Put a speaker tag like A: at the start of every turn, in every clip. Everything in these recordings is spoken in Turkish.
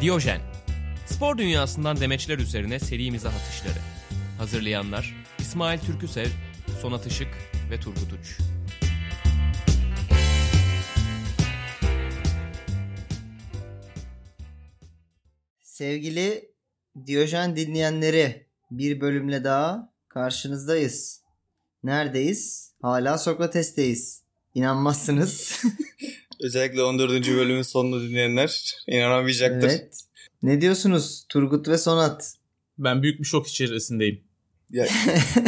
A: Diyojen. Spor dünyasından demeçler üzerine serimize atışları. Hazırlayanlar İsmail Türküsev, Sonat Işık ve Turgut Uç.
B: Sevgili Diyojen dinleyenleri bir bölümle daha karşınızdayız. Neredeyiz? Hala Sokrates'teyiz. İnanmazsınız.
C: Özellikle 14. bölümün sonunu dinleyenler inanamayacaktır.
B: evet. Ne diyorsunuz Turgut ve Sonat?
D: Ben büyük bir şok içerisindeyim.
C: Ya,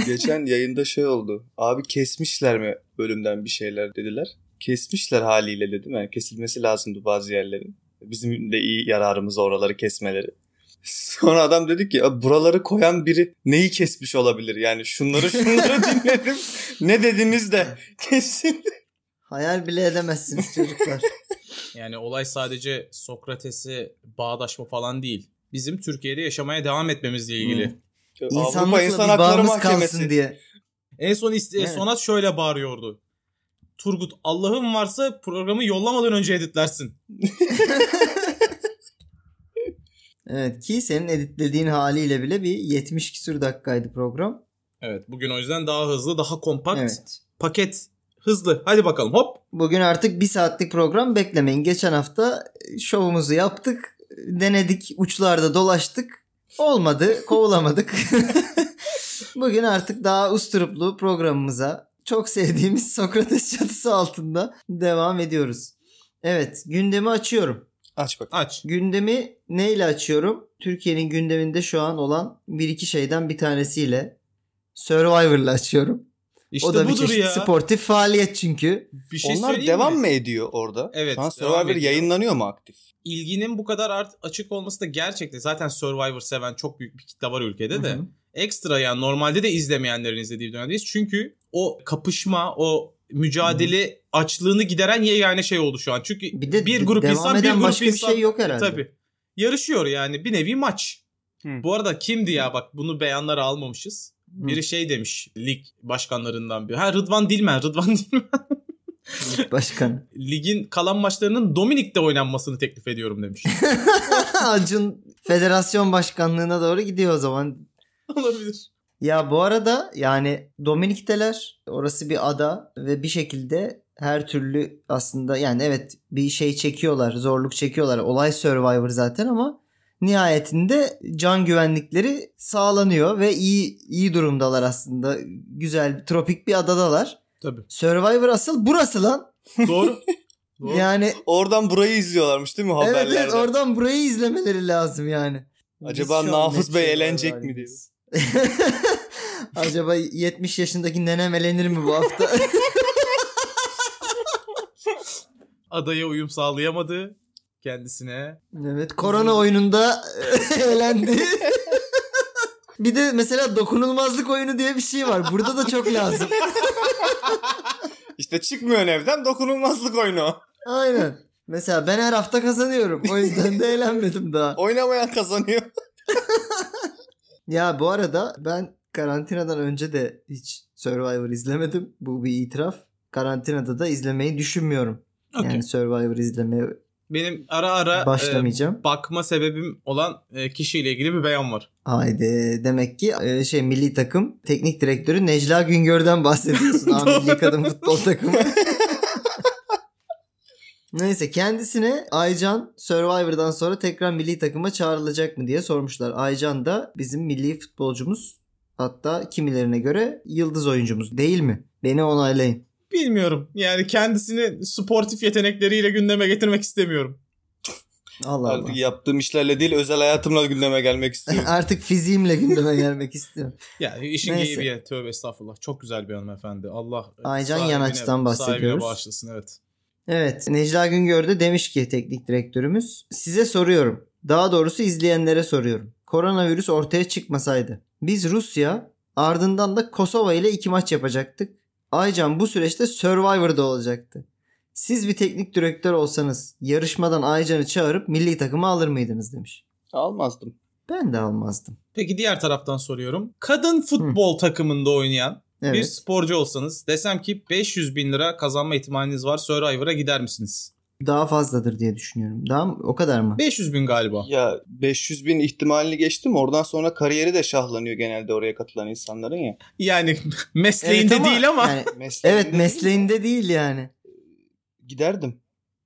C: geçen yayında şey oldu. Abi kesmişler mi bölümden bir şeyler dediler. Kesmişler haliyle dedim. Yani kesilmesi lazımdı bazı yerlerin. Bizim de iyi yararımız oraları kesmeleri. Sonra adam dedi ki "Ya buraları koyan biri neyi kesmiş olabilir? Yani şunları şunları dinledim. Ne dediniz de kesin.
B: Hayal bile edemezsiniz çocuklar.
D: Yani olay sadece Sokrates'i bağdaşma falan değil. Bizim Türkiye'de yaşamaya devam etmemizle ilgili.
B: Hmm.
C: Avrupa İnsan
B: İnsanlıkla bir
C: Hakları
B: bağımız
C: Mahkemesi.
B: kalsın diye.
D: En son iste-
B: Evet.
D: Sonat şöyle bağırıyordu. Turgut Allah'ın varsa programı yollamadan önce editlersin.
B: Evet ki senin editlediğin haliyle bile bir 70 küsür dakikaydı program.
D: Evet bugün o yüzden daha hızlı daha kompakt
B: Evet.
D: paket hızlı hadi bakalım hop.
B: Bugün artık bir saatlik program beklemeyin. Geçen hafta şovumuzu yaptık. Denedik. Uçlarda dolaştık. Olmadı. Kovulamadık. Bugün artık daha usturuplu programımıza çok sevdiğimiz Sokrates çatısı altında devam ediyoruz. Evet gündemi açıyorum.
C: Aç bak.
D: Aç.
B: Gündemi neyle açıyorum? Türkiye'nin gündeminde şu an olan bir iki şeyden bir tanesiyle Survivor'la açıyorum.
D: İşte
B: o da bir
D: budur
B: çeşit
D: ya.
B: sportif faaliyet çünkü.
D: Bir şey
C: Onlar
D: söyleyeyim
C: devam
D: mi?
C: mı ediyor orada?
D: Evet,
C: Şu an
D: devam
C: Survivor
D: ediyor.
C: yayınlanıyor mu aktif?
D: İlginin bu kadar art- açık olması da gerçekten zaten Survivor seven çok büyük bir kitle var ülkede de.
B: Hı hı.
D: ekstra yani normalde de izlemeyenlerin izlediği bir dönemdeyiz. Çünkü o kapışma, o mücadele açlığını gideren yegane şey oldu şu an. Çünkü
B: Bir de
D: bir grup
B: devam
D: insan, bir
B: eden
D: grup
B: başka
D: insan
B: bir şey yok herhalde.
D: tabii yarışıyor yani bir nevi maç.
C: Hı.
D: Bu arada kimdi ya bak bunu beyanlara almamışız.
B: Hı.
D: Biri şey demiş lig başkanlarından bir. Ha Rıdvan Dilmen, Rıdvan Dilmen.
B: Başkan.
D: Ligin kalan maçlarının Dominik'te oynanmasını teklif ediyorum demiş.
B: Acun federasyon başkanlığına doğru gidiyor o zaman.
D: Olabilir.
B: Ya bu arada yani Dominik'teler orası bir ada ve bir şekilde her türlü aslında yani evet bir şey çekiyorlar zorluk çekiyorlar olay Survivor zaten ama nihayetinde can güvenlikleri sağlanıyor ve iyi iyi durumdalar aslında güzel tropik bir adadalar.
D: Tabii.
B: Survivor asıl burası lan
D: Doğru. Doğru.
B: yani
C: Oradan burayı izliyorlarmış değil mi haberlerde?
B: Evet, evet oradan burayı izlemeleri lazım yani.
C: Acaba
B: Biz şu an
C: Nafız
B: net
C: Bey
B: şey
C: eğlenecek
B: var
C: mi diye.
B: gibiyiz. Acaba 70 yaşındaki nenem elenir mi bu hafta?
D: Adaya uyum sağlayamadı kendisine.
B: evet korona oyununda elendi. bir de mesela dokunulmazlık oyunu diye bir şey var. Burada da çok lazım.
C: İşte çıkmıyor evden dokunulmazlık oyunu.
B: Aynen. Mesela ben her hafta kazanıyorum. O yüzden de eğlenmedim daha.
C: Oynamayan kazanıyor.
B: Ya bu arada ben karantinadan önce de hiç Survivor izlemedim. Bu bir itiraf. Karantinada da izlemeyi düşünmüyorum.
D: Okey.
B: Yani Survivor izlemeye
D: Benim ara ara e,
B: başlamayacağım.
D: bakma sebebim olan e, kişiyle ilgili bir beyan var.
B: Haydi demek ki e, şey milli takım teknik direktörü Necla Güngör'den bahsediyorsun. A milli kadın futbol takımı. Neyse kendisine Aycan Survivor'dan sonra tekrar milli takıma çağrılacak mı diye sormuşlar. Aycan da bizim milli futbolcumuz hatta kimilerine göre yıldız oyuncumuz değil mi? Beni onaylayın.
D: Bilmiyorum. Yani kendisini sportif yetenekleriyle gündeme getirmek istemiyorum.
B: Allah Allah.
C: Artık yaptığım işlerle değil özel hayatımla gündeme gelmek istiyorum.
B: Artık fiziğimle gündeme gelmek istiyorum.
D: Ya işin
B: Neyse.
D: geyiği bir yer. Tövbe estağfurullah. Çok güzel bir hanımefendi. Allah
B: Aycan
D: sahibine-
B: Yanaç'tan
D: Sahibine
B: bahsediyoruz.
D: bağışlasın evet.
B: Evet Necla Güngör de demiş ki teknik direktörümüz size soruyorum. Daha doğrusu izleyenlere soruyorum. Koronavirüs ortaya çıkmasaydı biz Rusya ardından da Kosova ile iki maç yapacaktık. Aycan bu süreçte Survivor'da olacaktı. Siz bir teknik direktör olsanız yarışmadan Aycan'ı çağırıp milli takıma alır mıydınız demiş.
C: Almazdım.
B: Ben de almazdım.
D: Peki diğer taraftan soruyorum. Kadın futbol takımında oynayan bir
B: Evet.
D: sporcu olsanız desem ki 500 bin lira kazanma ihtimaliniz var Survivor'a gider misiniz?
B: Daha fazladır diye düşünüyorum. Daha mı- o kadar mı?
D: 500 bin galiba.
C: Ya 500 bin ihtimalini geçtim. Oradan sonra kariyeri de şahlanıyor genelde oraya katılan insanların ya.
D: Yani mesleğinde
B: Evet
D: değil ama.
B: yani-
C: Mesleğinde
B: evet mesleğinde değil yani.
C: Giderdim.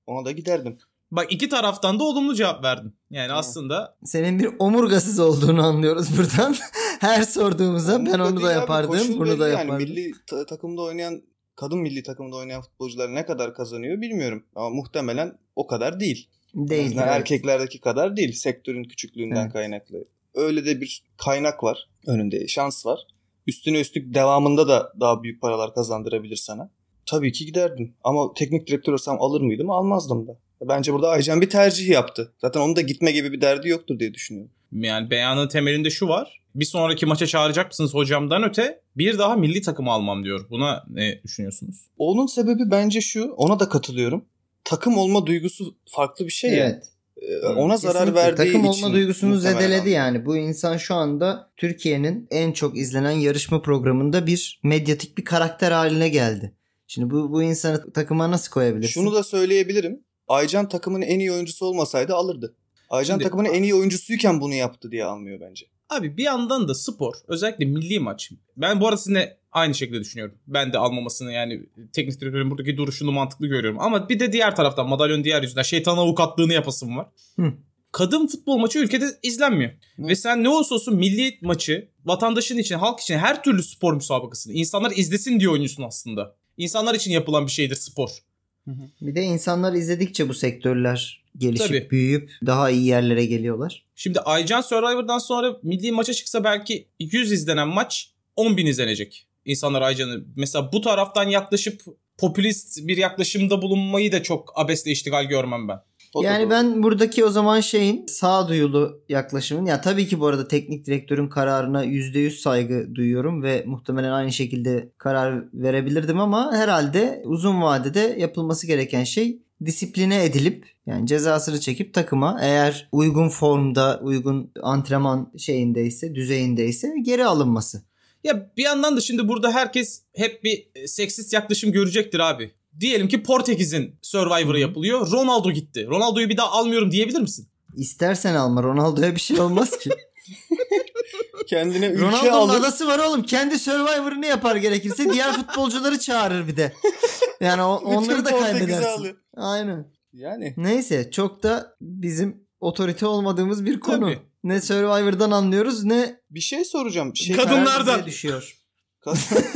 C: Ona da giderdim.
D: Bak iki taraftan da olumlu cevap verdin. Yani aslında
B: Senin bir omurgasız olduğunu anlıyoruz buradan. Her sorduğumuza ben
C: Umurumda
B: onu
C: değil
B: da
C: abi,
B: yapardım,
C: koşul
B: bunu
C: belli
B: da
C: yani.
B: yapardım.
C: Milli ta- takımda oynayan, kadın milli takımda oynayan futbolcular ne kadar kazanıyor bilmiyorum. Ama muhtemelen o kadar değil. En
B: Değil.
C: azından erkeklerdeki kadar değil. Sektörün küçüklüğünden
B: Evet.
C: kaynaklı. Öyle de bir kaynak var önünde. Şans var. Üstüne üstlük devamında da daha büyük paralar kazandırabilir sana. Tabii ki giderdim. Ama teknik direktör olsam alır mıydım? Almazdım da. Bence burada Aycan bir tercih yaptı. Zaten onun da gitme gibi bir derdi yoktur diye düşünüyorum.
D: yani beyanın temelinde şu var. Bir sonraki maça çağıracak mısınız hocamdan öte bir daha milli takımı almam diyor. Buna ne düşünüyorsunuz?
C: Onun sebebi bence şu. Ona da katılıyorum. Takım olma duygusu farklı bir şey ya.
B: Evet.
C: Ee, Ona zarar
B: Kesinlikle.
C: verdiği
B: Takım
C: için.
B: olma duygusunu
C: muhtemelen
B: zedeledi
C: aldı.
B: yani. Bu insan şu anda Türkiye'nin en çok izlenen yarışma programında bir medyatik bir karakter haline geldi. Şimdi bu bu insanı takıma nasıl koyabilirsin?
C: Şunu da söyleyebilirim. Aycan takımın en iyi oyuncusu olmasaydı alırdı. Aycan
D: Şimdi-
C: takımın en iyi oyuncusuyken bunu yaptı diye almıyor bence.
D: Abi bir yandan da spor özellikle milli maç. Ben bu arada sizinle aynı şekilde düşünüyorum. Ben de almamasını yani teknik direktörün buradaki duruşunu mantıklı görüyorum. Ama bir de diğer taraftan madalyonun diğer yüzünden şeytan avukatlığını yapasım var.
B: Hı.
D: Kadın futbol maçı ülkede izlenmiyor.
C: Hı.
D: Ve sen ne olursa olsun milli maçı vatandaşın için, halk için her türlü spor müsabakasını insanlar izlesin diye oynuyorsun aslında. İnsanlar için yapılan bir şeydir spor.
B: Bir de insanlar izledikçe bu sektörler gelişip
D: Tabii.
B: büyüyüp daha iyi yerlere geliyorlar.
D: Şimdi Aycan Survivor'dan sonra milli maça çıksa belki 100 izlenen maç 10 bin izlenecek. İnsanlar Aycan'ı mesela bu taraftan yaklaşıp popülist bir yaklaşımda bulunmayı da çok abesle iştigal görmem ben.
C: O da
B: yani
C: doğru.
B: ben buradaki o zaman şeyin sağduyulu yaklaşımın ya tabii ki bu arada teknik direktörün kararına %100 saygı duyuyorum ve muhtemelen aynı şekilde karar verebilirdim ama herhalde uzun vadede yapılması gereken şey disipline edilip yani cezasını çekip takıma eğer uygun formda uygun antrenman şeyindeyse düzeyindeyse geri alınması.
D: Ya bir yandan da şimdi burada herkes hep bir e, seksist yaklaşım görecektir abi. Diyelim ki Portekiz'in Survivor'ı yapılıyor. Ronaldo gitti. Ronaldo'yu bir daha almıyorum diyebilir misin?
B: İstersen alma Ronaldo'ya bir şey olmaz ki.
C: kendine ülke
B: Ronaldo'nun
C: alır.
B: adası var oğlum. Kendi Survivor'ını yapar gerekirse. Diğer futbolcuları çağırır bir de. Yani o-
C: bütün
B: onları da
C: Portekiz'i
B: kaybedersin.
C: alır.
B: Aynen.
C: Yani
B: Neyse çok da bizim otorite olmadığımız bir konu.
D: Tabii.
B: Ne Survivor'dan anlıyoruz ne
C: bir şey soracağım. Bir şey
D: Kadın- Kadınlardan.
B: karar bize düşüyor.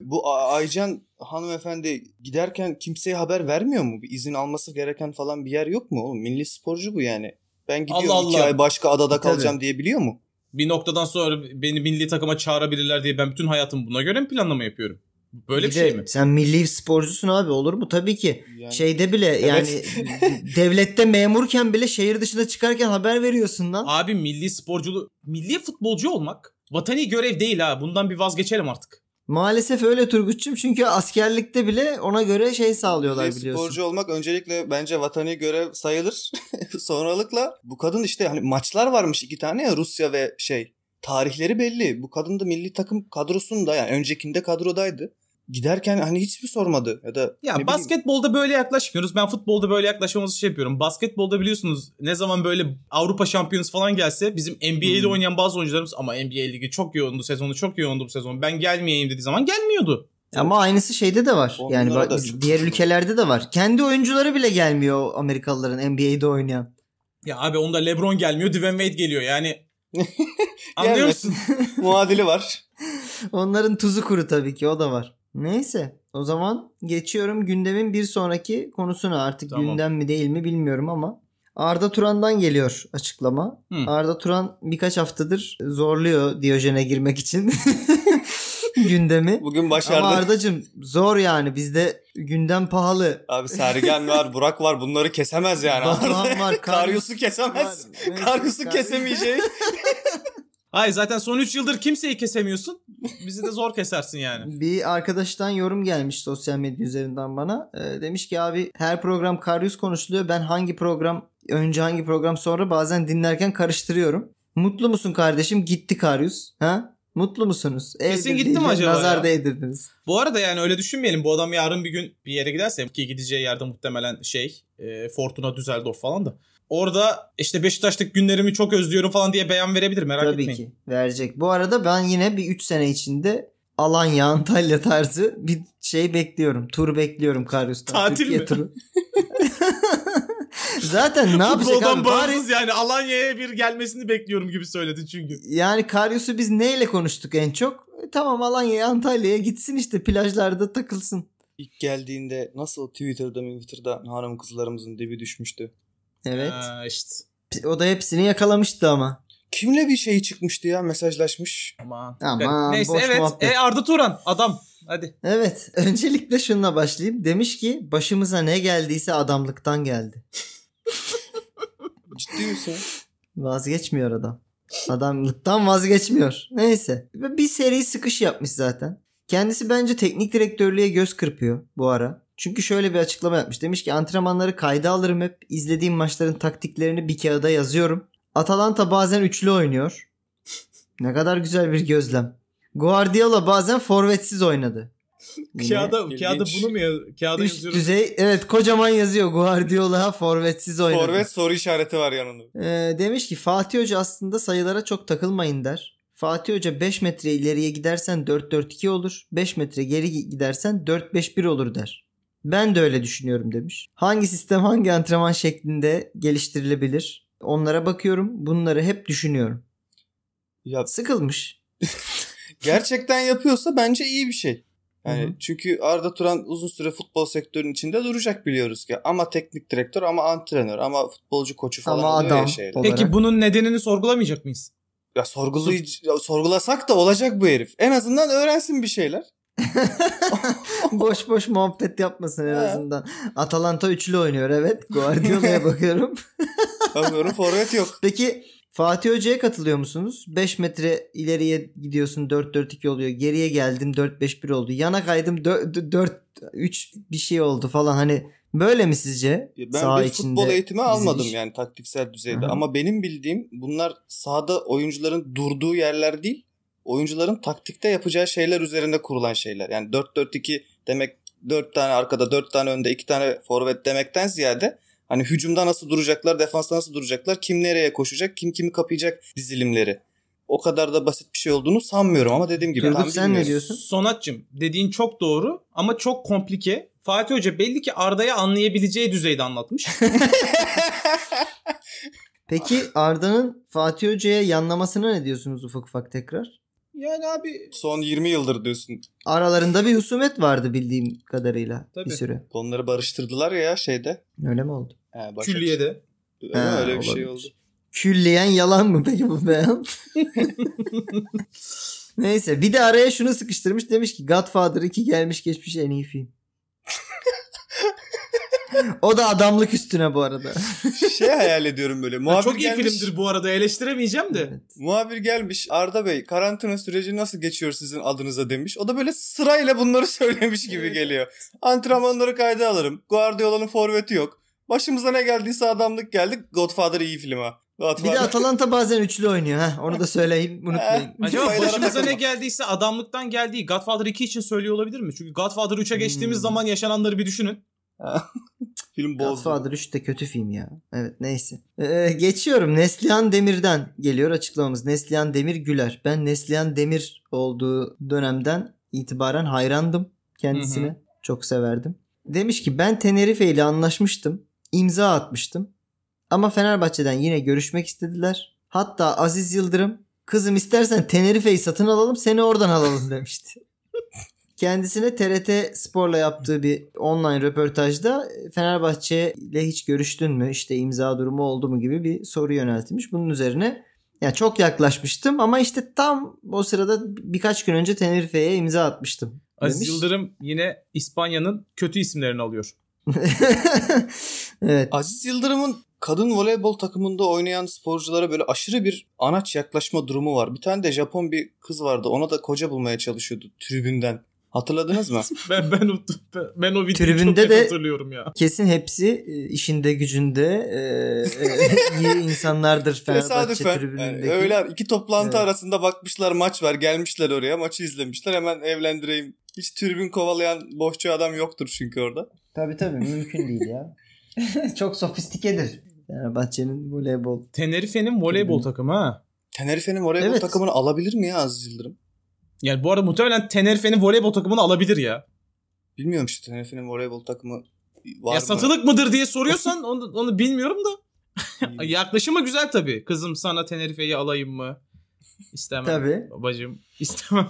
C: Bu A- Aycan hanımefendi giderken kimseye haber vermiyor mu? Bir izin alması gereken falan bir yer yok mu? Oğlum milli sporcu bu yani. Ben gidiyorum
D: Allah
C: iki
D: Allah.
C: ay başka adada
B: Tabii.
C: kalacağım diye biliyor mu?
D: Bir noktadan sonra beni milli takıma çağırabilirler diye ben bütün hayatımı buna göre mi planlama yapıyorum? Böyle bir,
B: Bir de
D: şey mi?
B: Sen milli sporcusun abi olur mu? Tabii ki.
C: Yani
B: Şeyde bile yani devlette memurken bile şehir dışına çıkarken haber veriyorsun lan.
D: Abi milli sporculu, milli futbolcu olmak vatani görev değil ha. Bundan bir vazgeçelim artık.
B: Maalesef öyle Turgut'cum çünkü askerlikte bile ona göre şey sağlıyorlar
C: Milli
B: biliyorsun.
C: Sporcu olmak öncelikle bence vatani görev sayılır. Sonralıkla bu kadın işte hani maçlar varmış iki tane ya Rusya ve şey. Tarihleri belli. Bu kadın da milli takım kadrosunda yani öncekinde kadrodaydı. Giderken hani hiç mi sormadı ya da ne
D: Ya
C: bileyim,
D: basketbolda böyle yaklaşmıyoruz. Ben futbolda böyle yaklaşmamızı şey yapıyorum. Basketbolda biliyorsunuz ne zaman böyle Avrupa şampiyonası falan gelse bizim NBA'de
B: Hmm.
D: oynayan bazı oyuncularımız ama NBA ligi çok yoğundu sezonu çok yoğundu bu sezon. Ben gelmeyeyim dediği zaman gelmiyordu.
B: Ama aynısı şeyde de var.
C: Onlara
B: yani bak,
C: da
B: biz-
C: çok-
B: diğer ülkelerde de var. Kendi oyuncuları bile gelmiyor o Amerikalıların NBA'de oynayan.
D: Ya abi onda LeBron gelmiyor, Dwayne Wade geliyor. Yani anlıyor
C: Gelmesin.
D: musun?
C: muadili var.
B: Onların tuzu kuru tabii ki o da var. Neyse o zaman geçiyorum gündemin bir sonraki konusuna. Artık
D: Tamam.
B: gündem mi değil mi bilmiyorum ama Arda Turan'dan geliyor açıklama.
D: Hı.
B: Arda Turan birkaç haftadır zorluyor Diyojen'e girmek için gündemi.
C: Bugün
B: Ama
C: başardı.
B: Arda'cığım zor yani bizde gündem pahalı.
C: Abi Sergen var, Burak var. Bunları kesemez yani.
B: Batuhan var,
C: Karyus'u kesemez.
B: Var.
C: Karyus'u
B: Kar-
C: kesemeyecek.
D: Hayır zaten son 3 yıldır kimseyi kesemiyorsun. Bizi de zor kesersin yani.
B: Bir arkadaştan yorum gelmiş sosyal medya üzerinden bana. Ee, demiş ki abi her program Karyus konuşuluyor. Ben hangi program önce hangi program sonra bazen dinlerken karıştırıyorum. Mutlu musun kardeşim? Gitti Karyus. Ha? Mutlu musunuz?
D: Kesin
B: Evde
D: gitti
B: değil
D: mi
B: de
D: acaba
B: Nazar
D: ya?
B: değdirdiniz.
D: Bu arada yani öyle düşünmeyelim. Bu adam yarın bir gün bir yere giderse ki gideceği yerde muhtemelen şey e, Fortuna Düsseldorf falan da. Orada işte Beşiktaş'taki günlerimi çok özlüyorum falan diye beyan verebilir merak
B: Tabii
D: etmeyin.
B: ki verecek. Bu arada ben yine bir 3 sene içinde Alanya, Antalya tarzı bir şey bekliyorum. Tur bekliyorum Karyus'tan.
D: Tatil
B: Türkiye
D: mi?
B: turu. Zaten ne yapacak abi?
D: Futboldan
B: Bari,
D: bağımsız yani Alanya'ya bir gelmesini bekliyorum gibi söyledin çünkü.
B: yani Karyus'u biz neyle konuştuk en çok? E, Tamam Alanya'ya, Antalya'ya gitsin işte plajlarda takılsın.
C: İlk geldiğinde nasıl Twitter'da Twitter'da hanım kızlarımızın dibi düşmüştü.
B: Evet.
D: Ha, işte.
B: O da hepsini yakalamıştı ama.
C: Kimle bir şey çıkmıştı ya mesajlaşmış.
D: Aman.
B: Aman,
D: Neyse
B: boş
D: evet.
B: muhabbet.
D: E, Arda Turan adam. Hadi.
B: Evet. Öncelikle şununla başlayayım. Demiş ki başımıza ne geldiyse adamlıktan geldi.
C: Ciddi misin?
B: Vazgeçmiyor adam. Adamlıktan vazgeçmiyor. Neyse. Ve Bir seri sıkış yapmış zaten. Kendisi bence teknik direktörlüğe göz kırpıyor bu ara. Çünkü şöyle bir açıklama yapmış. Demiş ki antrenmanları kayda alırım hep. İzlediğim maçların taktiklerini bir kağıda yazıyorum. Atalanta bazen üçlü oynuyor. ne kadar güzel bir gözlem. Guardiola bazen forvetsiz oynadı. Yine
D: Kağıda, kağıda
C: ilginç.
D: bunu mu yaz Kağıda
B: üst
D: yazıyoruz.
B: düzey evet kocaman yazıyor Guardiola forvetsiz oynadı.
C: Forvet soru işareti var yanında.
B: Ee, demiş ki Fatih Hoca aslında sayılara çok takılmayın der. Fatih Hoca 5 metre ileriye gidersen 4-4-2 olur. 5 metre geri gidersen 4-5-1 olur der. Ben de öyle düşünüyorum demiş. Hangi sistem hangi antrenman şeklinde geliştirilebilir? Onlara bakıyorum. Bunları hep düşünüyorum.
C: Ya
B: Sıkılmış.
C: gerçekten yapıyorsa bence iyi bir şey. Yani
B: Hı hı.
C: çünkü Arda Turan uzun süre futbol sektörünün içinde duracak biliyoruz ki. Ama teknik direktör, ama antrenör, ama futbolcu koçu falan
B: Ama
C: oluyor
B: adam
C: ya şeyler.
B: olarak.
D: Peki bunun nedenini sorgulamayacak mıyız?
C: Ya sorgulayıcı, ya sorgulasak da olacak bu herif. En azından öğrensin bir şeyler.
B: boş boş muhabbet yapmasın en
C: Ha.
B: azından. Atalanta üçlü oynuyor evet. Guardiola'ya bakıyorum.
C: Bakıyorum forvet yok.
B: Peki Fatih Hoca'ya katılıyor musunuz? 5 metre ileriye gidiyorsun 4-4-2 oluyor. Geriye geldim 4-5-1 oldu. Yana kaydım 4-3 bir şey oldu falan. Hani böyle mi sizce?
C: Ya Ben
B: Saha
C: bir futbol
B: içinde
C: eğitimi
B: bizim
C: almadım
B: iş-
C: yani taktiksel düzeyde.
B: Hı hı.
C: Ama benim bildiğim bunlar sahada oyuncuların durduğu yerler değil. Oyuncuların taktikte yapacağı şeyler üzerinde kurulan şeyler. Yani 4-4-2 demek 4 tane arkada 4 tane önde 2 tane forvet demekten ziyade hani hücumda nasıl duracaklar, defansta nasıl duracaklar, kim nereye koşacak, kim kimi kapayacak dizilimleri. O kadar da basit bir şey olduğunu sanmıyorum ama dediğim gibi.
B: Turgut,
C: tam
B: sen ne
C: bilmiyorum.
B: diyorsun? Diyorsun.
D: Ee, Sonatçım dediğin çok doğru ama çok komplike. Fatih Hoca belli ki Arda'ya anlayabileceği düzeyde anlatmış.
B: Peki Arda'nın Fatih Hoca'ya yanlamasına ne diyorsunuz ufak ufak tekrar?
D: yani abi
C: Son 20 yıldır diyorsun.
B: Aralarında bir husumet vardı bildiğim kadarıyla bir
D: Tabii.
B: süre.
C: Onları barıştırdılar ya şeyde.
B: Öyle mi oldu?
C: He, Başak.
D: külliyede.
C: Öyle,
B: He,
C: öyle bir şey
B: olabilir.
C: oldu.
B: Külleyen yalan mı peki bu beyan? Neyse bir de araya şunu sıkıştırmış demiş ki Godfather 2 gelmiş geçmiş en iyi film. o da adamlık üstüne bu arada.
C: şey hayal ediyorum böyle. Muhabir
D: Ya çok iyi
C: gelmiş,
D: filmdir bu arada eleştiremeyeceğim de.
B: Evet.
C: Muhabir gelmiş Arda Bey karantina süreci nasıl geçiyor sizin adınıza demiş. O da böyle sırayla bunları söylemiş gibi
D: Evet.
C: geliyor. Antrenmanları kayda alırım. Guardiola'nın forveti yok. Başımıza ne geldiyse adamlık geldik. Godfather iyi film ha.
B: Bir
C: Godfather.
B: de Atalanta bazen üçlü oynuyor. ha Onu da söyleyeyim unutmayın.
C: Ee,
D: Acaba
C: Baylara
D: Hani başımıza
C: takılma.
D: ne geldiyse adamlıktan geldiği Godfather 2 için söylüyor olabilir mi? Çünkü Godfather 3'e geçtiğimiz
B: Hmm.
D: zaman yaşananları bir düşünün.
C: Film bozdu.
B: Godfather 3 de kötü film ya. Evet neyse. Ee, geçiyorum. Neslihan Demir'den geliyor açıklamamız. Neslihan Demir Güler. Ben Neslihan Demir olduğu dönemden itibaren hayrandım kendisine.
D: Hı
B: Çok severdim. Demiş ki ben Tenerife ile anlaşmıştım. İmza atmıştım. Ama Fenerbahçe'den yine görüşmek istediler. Hatta Aziz Yıldırım kızım istersen Tenerife'yi satın alalım seni oradan alalım demişti. Kendisine TRT Spor'la yaptığı bir online röportajda Fenerbahçe ile hiç görüştün mü? işte imza durumu oldu mu gibi bir soru yöneltilmiş. Bunun üzerine ya çok yaklaşmıştım ama işte tam o sırada birkaç gün önce Tenerife'ye imza atmıştım.
D: Aziz
B: demiş.
D: Yıldırım yine İspanya'nın kötü isimlerini alıyor.
B: evet.
C: Aziz Yıldırım'ın kadın voleybol takımında oynayan sporculara böyle aşırı bir anaç yaklaşma durumu var. Bir tane de Japon bir kız vardı. Ona da koca bulmaya çalışıyordu tribünden. Hatırladınız mı?
D: Ben ben, o- ben, ben o videoyu
B: Tribünde
D: çok net
B: de-
D: hatırlıyorum ya.
B: Kesin hepsi e, işinde gücünde e, e, iyi insanlardır Fenerbahçe
C: Tesadüfen.
B: tribünündeki.
C: Yani öyle iki toplantı
B: Evet.
C: arasında bakmışlar maç var. Gelmişler oraya maçı izlemişler. Hemen evlendireyim. Hiç tribün kovalayan boşçu adam yoktur çünkü orada.
B: Tabii tabii mümkün değil ya. Çok sofistikedir. Fenerbahçe'nin voleybol.
D: Tenerife'nin voleybol
B: Tribün.
D: takımı ha.
C: Tenerife'nin voleybol
B: Evet.
C: takımını alabilir mi ya Aziz Yıldırım?
D: Yani bu arada muhtemelen Tenerife'nin voleybol takımını alabilir ya.
C: Bilmiyorum işte Tenerife'nin voleybol takımı var
D: ya
C: mı?
D: satılık mıdır diye soruyorsan onu, onu bilmiyorum da.
C: Bilmiyorum.
D: Yaklaşımı güzel tabii. Kızım sana Tenerife'yi alayım mı? İstemem.
B: Tabii.
D: Babacım istemem.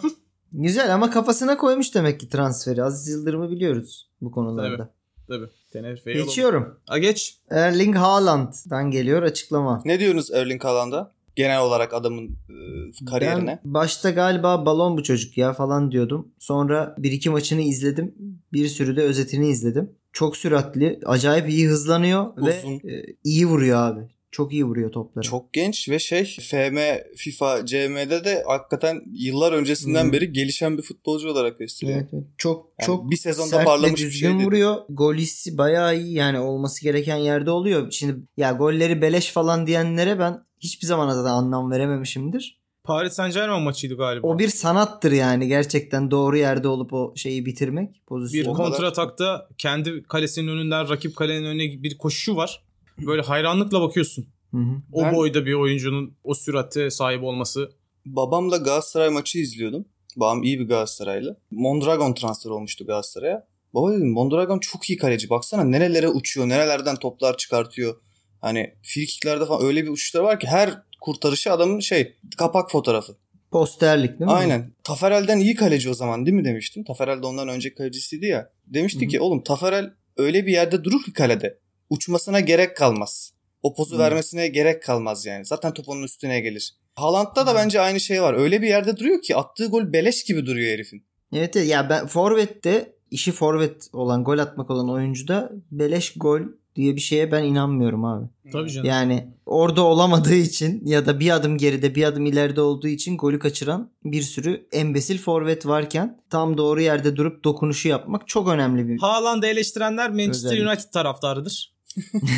B: Güzel ama kafasına koymuş demek ki transferi. Aziz Yıldırım'ı biliyoruz bu konularda.
D: tabii. Tenerife'yi alalım.
B: Geçiyorum.
D: Ha geç.
B: Erling Haaland'dan geliyor açıklama.
C: Ne diyorsunuz Erling Haaland'a? Genel olarak adamın e, kariyerine.
B: Ben başta galiba balon bu çocuk ya falan diyordum. Sonra bir iki maçını izledim. Bir sürü de özetini izledim. Çok süratli, acayip iyi hızlanıyor
C: Uzun.
B: ve e, iyi vuruyor abi. Çok iyi vuruyor topları.
C: Çok genç ve şey FM, FIFA, CM'de de hakikaten yıllar öncesinden
B: Hmm.
C: beri gelişen bir futbolcu olarak gösteriyor.
B: Evet, evet. çok
C: Yani
B: çok
C: bir sezonda
B: sert
C: parlamış
B: ve
C: bir
B: düzgün
C: şey dedi.
B: vuruyor. Golisi bayağı iyi yani olması gereken yerde oluyor. Şimdi ya golleri beleş falan diyenlere ben hiçbir zaman zaten anlam verememişimdir.
D: Paris Saint Germain maçıydı galiba.
B: O bir sanattır yani gerçekten doğru yerde olup o şeyi bitirmek
D: bir
B: pozisyonu.
C: O kadar-
D: kontratakta kendi kalesinin önünden rakip kalenin önüne bir koşuşu var. Böyle hayranlıkla bakıyorsun.
B: Hı hı.
D: O
C: Ben-
D: boyda bir oyuncunun o sürate sahip olması.
C: Babamla Galatasaray maçı izliyordum. Babam iyi bir Galatasaraylı. Mondragon transfer olmuştu Galatasaray'a. Baba dedim Mondragon çok iyi kaleci. Baksana nerelere uçuyor, nerelerden toplar çıkartıyor. Hani frikiklerde falan öyle bir uçuşları var ki her kurtarışı adamın şey kapak fotoğrafı.
B: Posterlik değil mi?
C: Aynen. Taferel'den iyi kaleci o zaman değil mi demiştim. Taferel de ondan önceki kalecisiydi ya. Demişti
B: Hı hı.
C: ki oğlum Taferel öyle bir yerde durur ki kalede. Uçmasına gerek kalmaz. O pozu
B: Hı.
C: vermesine gerek kalmaz yani. Zaten top onun üstüne gelir. Haaland'da da bence aynı şey var. Öyle bir yerde duruyor ki attığı gol beleş gibi duruyor herifin.
B: Evet evet. ya ben forvette işi forvet olan gol atmak olan oyuncuda beleş gol diye bir şeye ben inanmıyorum abi.
D: Tabii canım.
B: Yani orada olamadığı için ya da bir adım geride bir adım ileride olduğu için golü kaçıran bir sürü embesil forvet varken tam doğru yerde durup dokunuşu yapmak çok önemli bir.
D: Haaland'ı eleştirenler Manchester
B: Özellikle.
D: United taraftarıdır.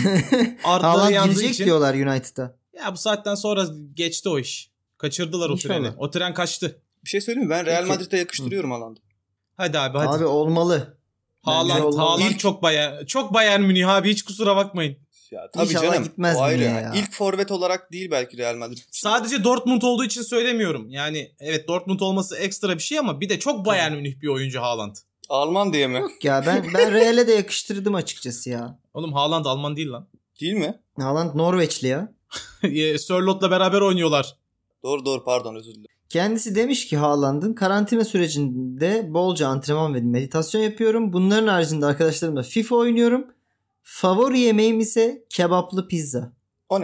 D: Artları
B: Haaland
D: yandığı
B: gidecek
D: için.
B: diyorlar United'a.
D: Ya bu saatten sonra geçti o iş. Kaçırdılar o
B: İnşallah.
D: treni. O tren kaçtı.
C: Bir şey söyleyeyim mi? Ben Real
B: Peki.
C: Madrid'e yakıştırıyorum Haaland'ı.
D: Hadi abi hadi.
B: Abi olmalı. Bence
D: Haaland,
B: olmalı.
D: Haaland
B: İlk-
D: çok bayağı çok Bayern Münih abi hiç kusura bakmayın.
C: Ya tabii
B: İnşallah
C: canım.
B: gitmez
C: o ayrı.
B: dünya
C: yani.
B: ya.
C: İlk forvet olarak değil belki Real Madrid.
D: Sadece Dortmund olduğu için söylemiyorum. Yani evet Dortmund olması ekstra bir şey ama bir de çok Bayern Münih bir oyuncu Haaland.
C: Alman diye mi?
B: Yok ya ben ben Real'e de yakıştırdım açıkçası ya.
D: Oğlum Haaland Alman değil lan.
C: Değil mi?
B: şey Ee, şey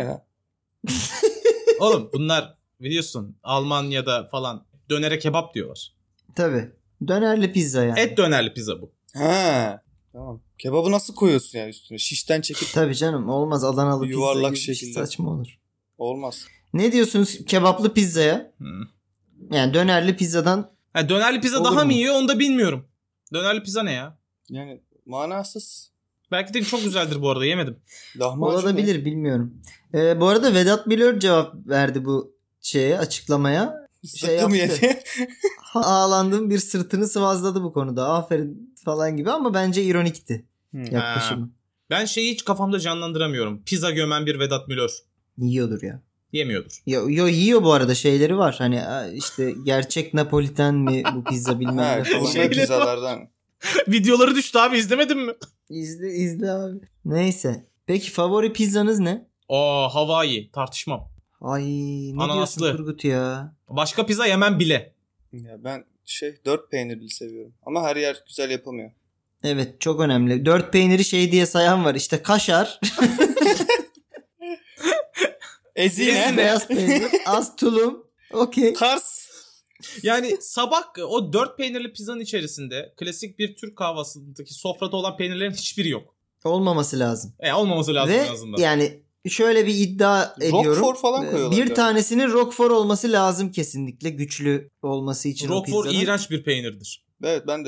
B: Hmm. Hani, şey
C: şey şey,
D: E,
C: Evet ben de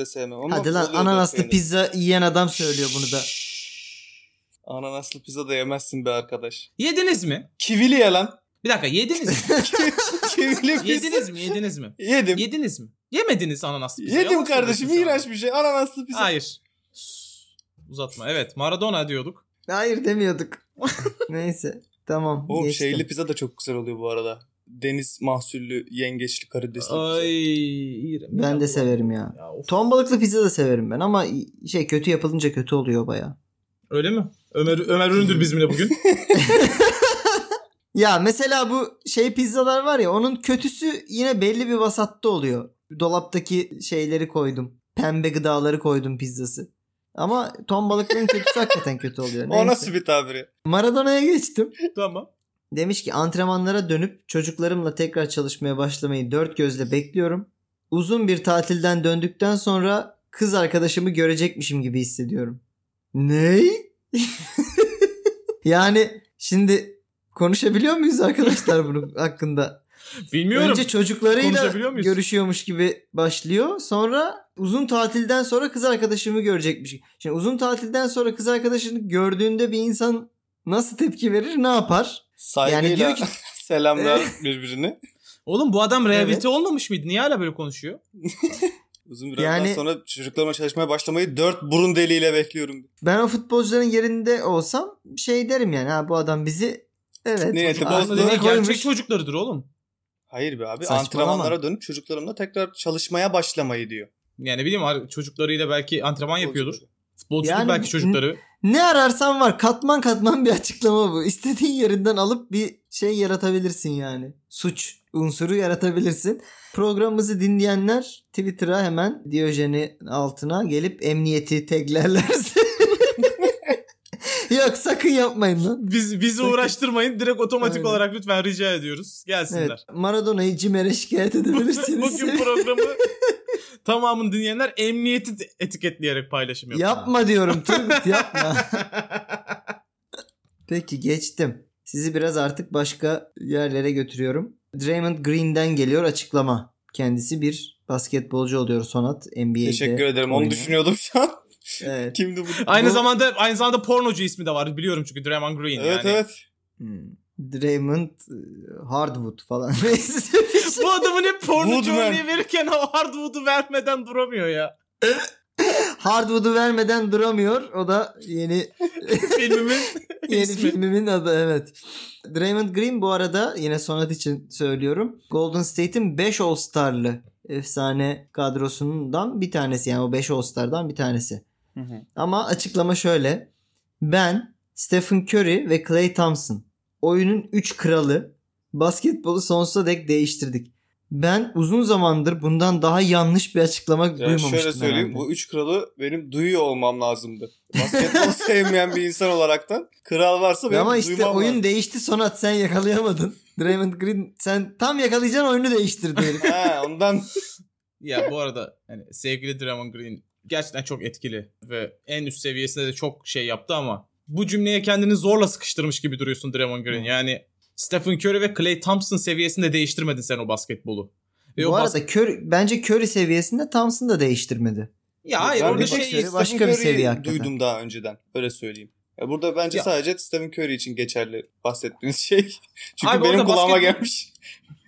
C: sevmem. Ama
B: Hadi lan
C: oluyor da
B: ananaslı
C: peynir.
B: pizza yiyen adam söylüyor bunu da.
C: Ananaslı pizza da yemezsin be arkadaş.
D: Yediniz mi?
C: Kivili ye lan.
D: Bir dakika yediniz mi?
C: Kivili pizza.
D: yediniz mi? Yediniz mi?
C: Yedim.
D: Yediniz mi? Yemediniz ananaslı pizzayı.
C: Yedim
D: Ama
C: kardeşim
D: söylüyorsun
C: iğrenç bir şey. Ananaslı
D: şu an.
C: pizza.
D: Hayır. Uzatma. Evet Maradona diyorduk.
B: Hayır demiyorduk. Neyse. Tamam.
C: Oğlum
B: geçtim.
C: şeyli pizza da çok güzel oluyor bu arada. Deniz mahsullü yengeçli karidesli pizza.
D: Ay iğrenç.
B: Ben de
D: Ya,
B: severim ya.
D: ya of.
B: Ton balıklı pizza da severim ben ama şey kötü yapılınca kötü oluyor baya.
D: Öyle mi? Ömer Ömer Üründür bizimle bugün.
B: Ya mesela bu şey pizzalar var ya onun kötüsü yine belli bir vasatta oluyor. Dolaptaki şeyleri koydum. Pembe gıdaları koydum pizzası. Ama ton balıklının kötüsü hakikaten kötü oluyor.
C: O
B: Neyse.
C: nasıl bir tabiri?
B: Maradona'ya geçtim.
D: tamam.
B: Demiş ki antrenmanlara dönüp çocuklarımla tekrar çalışmaya başlamayı dört gözle bekliyorum. Uzun bir tatilden döndükten sonra kız arkadaşımı görecekmişim gibi hissediyorum. Ne? yani şimdi konuşabiliyor muyuz arkadaşlar bunun hakkında?
D: Bilmiyorum.
B: Önce çocuklarıyla
D: Konuşabiliyor muyuz?
B: görüşüyormuş gibi başlıyor. Sonra uzun tatilden sonra kız arkadaşımı görecekmiş. Şimdi uzun tatilden sonra kız arkadaşını gördüğünde bir insan nasıl tepki verir, ne yapar?
C: Saygıyla
B: Yani diyor ki-
C: selamlar birbirine.
D: Oğlum bu adam rehabilite
B: Evet.
D: olmamış mıydı? Niye hala böyle konuşuyor?
C: Uzun bir aradan
B: Yani-
C: sonra çocuklarıma çalışmaya başlamayı dört burun deliğiyle bekliyorum.
B: Ben o futbolcuların yerinde olsam şey derim yani ha bu adam bizi evet.
C: Niyeti
B: hocam,
C: bozdu.
D: Aslında
B: aklına
D: dediği
B: koymuş.
D: gerçek çocuklarıdır oğlum.
C: Hayır be abi
B: Saçmalama.
C: antrenmanlara dönüp çocuklarımla tekrar çalışmaya başlamayı diyor.
D: Yani bileyim ar- çocuklarıyla belki antrenman yapıyordur. Futbolcudur
B: Yani
D: belki
B: bu-
D: çocukları.
B: Ne ararsan var katman katman bir açıklama bu. İstediğin yerinden alıp bir şey yaratabilirsin yani. Suç unsuru yaratabilirsin. Programımızı dinleyenler Twitter'a hemen Diyojen'i altına gelip emniyeti taglerlerse. Yok sakın yapmayın lan.
D: Biz, bizi uğraştırmayın. Direkt otomatik
B: Aynen.
D: olarak lütfen rica ediyoruz.
B: Evet.
D: Gelsinler.
B: Maradona'yı Cimer'e şikayet edebilirsiniz.
D: Bugün programı tamamını dinleyenler emniyeti de- etiketleyerek paylaşım yapın.
B: Yapma diyorum Turgut yapma. Peki geçtim. Sizi biraz artık başka yerlere götürüyorum. Draymond Green'den geliyor açıklama. Kendisi bir basketbolcu oluyor Sonat NBA'de.
C: Teşekkür ederim onu
B: oynuyor.
C: düşünüyordum şu an.
B: Evet.
C: Kimdi bu?
D: Aynı
B: Bu-
D: zamanda aynı zamanda pornocu ismi de var biliyorum çünkü Draymond Green
C: Evet
D: yani.
C: evet.
B: Hmm. Draymond e, Hardwood falan. Neyse.
D: Bu adamın hep pornocu
C: Woodman.
D: örneği verirken o Hardwood'u vermeden duramıyor ya.
B: Hardwood'u vermeden duramıyor. O da yeni
D: Filmimin
B: Yeni
D: İsmi.
B: filmimin adı evet. Draymond Green bu arada yine Sonat için söylüyorum. Golden State'in 5 All-Star'lı efsane kadrosundan bir tanesi yani o 5 All-Star'dan bir tanesi. Ama açıklama şöyle. Ben Stephen Curry ve Clay Thompson oyunun 3 kralı basketbolu sonsuza dek değiştirdik. Ben uzun zamandır bundan daha yanlış bir açıklama
C: Yani
B: duymamıştım.
C: şöyle söyleyeyim
B: herhalde.
C: bu üç kralı benim duyuyor olmam lazımdı. Basketbol sevmeyen bir insan olaraktan kral varsa benim
B: Ama işte
C: duymam
B: oyun
C: lazım.
B: değişti Sonat sen yakalayamadın. Draymond Green sen tam yakalayacaksın oyunu değiştirdi herif.
C: Ha, ondan
D: Ya bu arada hani sevgili Draymond Green gerçekten çok etkili ve en üst seviyesinde de çok şey yaptı ama bu cümleye kendini zorla sıkıştırmış gibi duruyorsun Draymond Green. Yani Stephen Curry ve Clay Thompson seviyesinde değiştirmedin sen o basketbolu. Ve
B: Bu
D: o bas-
B: arada Curry, bence Curry seviyesinde Thompson da değiştirmedi.
D: ya hayır
C: Ben
D: orada
C: bir
D: şey
B: bakış
D: is-
B: başka
C: Stephen
B: bir
C: Curry'i
B: seviye hakikaten.
C: Duydum daha önceden. Öyle söyleyeyim. Ya burada bence
D: Ya.
C: sadece Stephen Curry için geçerli bahsettiğiniz şey. Çünkü
D: Abi
C: benim
D: orada
C: kulağıma
D: basketbol-
C: gelmiş.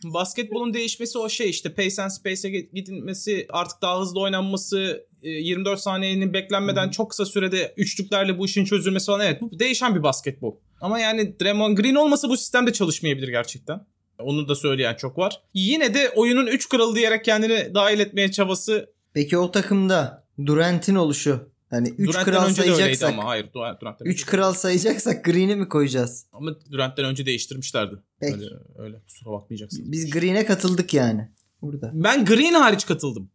D: basketbolun değişmesi o şey işte pace and space'e ge- gidilmesi, artık daha hızlı oynanması, e, 24 saniyenin beklenmeden çok kısa sürede üçlüklerle bu işin çözülmesi falan evet bu değişen bir basketbol. Ama yani Draymond Green olmasa bu sistemde çalışmayabilir gerçekten. Onu da söyleyen çok var. Yine de oyunun 3 kralı diyerek kendini dahil etmeye çabası
B: Peki o takımda Durant'in oluşu. Hani 3
D: Durant'ten
B: kral
D: önce de öyleydi
B: sayacaksak.
D: ama hayır Durant, Durant'ten
B: 3
D: önce-
B: kral sayacaksak Green'i mi koyacağız?
D: ama Durant'ten önce değiştirmişlerdi.
B: Peki.
D: Öyle, öyle kusura bakmayacaksın.
B: Biz Green'e katıldık yani. Burada.
D: Ben Green hariç katıldım.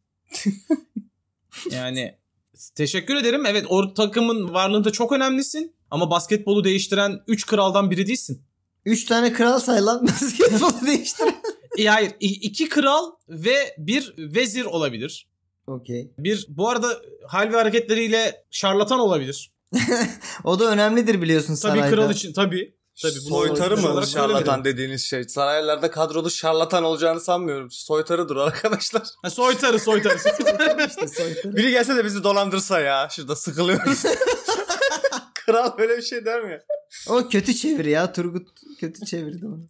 D: yani teşekkür ederim. Evet o takımın varlığında çok önemlisin. Ama basketbolu değiştiren 3 kraldan biri değilsin.
B: 3 tane kral say lan basketbolu değiştir.
D: E, hayır i- iki kral ve bir vezir olabilir.
B: Okey.
D: Bir bu arada hal ve hareketleriyle şarlatan olabilir.
B: O da önemlidir biliyorsun
D: Tabii
B: sarayda.
D: kral için tabii. Tabii bunu
C: Soytarı
D: sonuç
C: mı
D: olarak
C: şarlatan
D: söylemedim.
C: dediğiniz şey? Saraylarda kadrolu şarlatan olacağını sanmıyorum. Soytarıdır o arkadaşlar.
D: Ha, soytarı soytarı. soytarı.
B: İşte soytarı.
C: Biri gelse de bizi dolandırsa ya. Şurada sıkılıyoruz. Kral böyle bir şey der mi?
B: O kötü çeviri ya Turgut kötü çevirdi onu.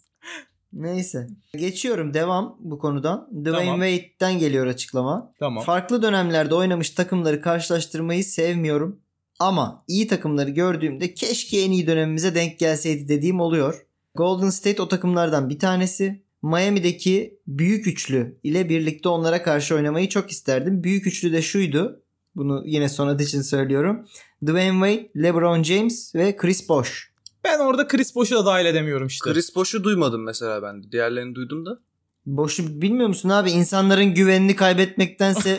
B: Neyse. Geçiyorum devam bu konudan. Dwayne
D: Tamam.
B: Wade'den geliyor açıklama.
D: tamam.
B: Farklı dönemlerde oynamış takımları karşılaştırmayı sevmiyorum. Ama iyi takımları gördüğümde keşke en iyi dönemimize denk gelseydi dediğim oluyor. Golden State o takımlardan bir tanesi. Miami'deki büyük üçlü ile birlikte onlara karşı oynamayı çok isterdim. Büyük üçlü de şuydu. Bunu yine sonat için söylüyorum. Dwayne Wade, LeBron James ve Chris Bosh.
D: Ben orada Chris Bosh'u da dahil edemiyorum işte.
C: Chris Bosh'u duymadım mesela ben de. Diğerlerini duydum da.
B: Boşu bilmiyor musun abi? İnsanların güvenini kaybetmektense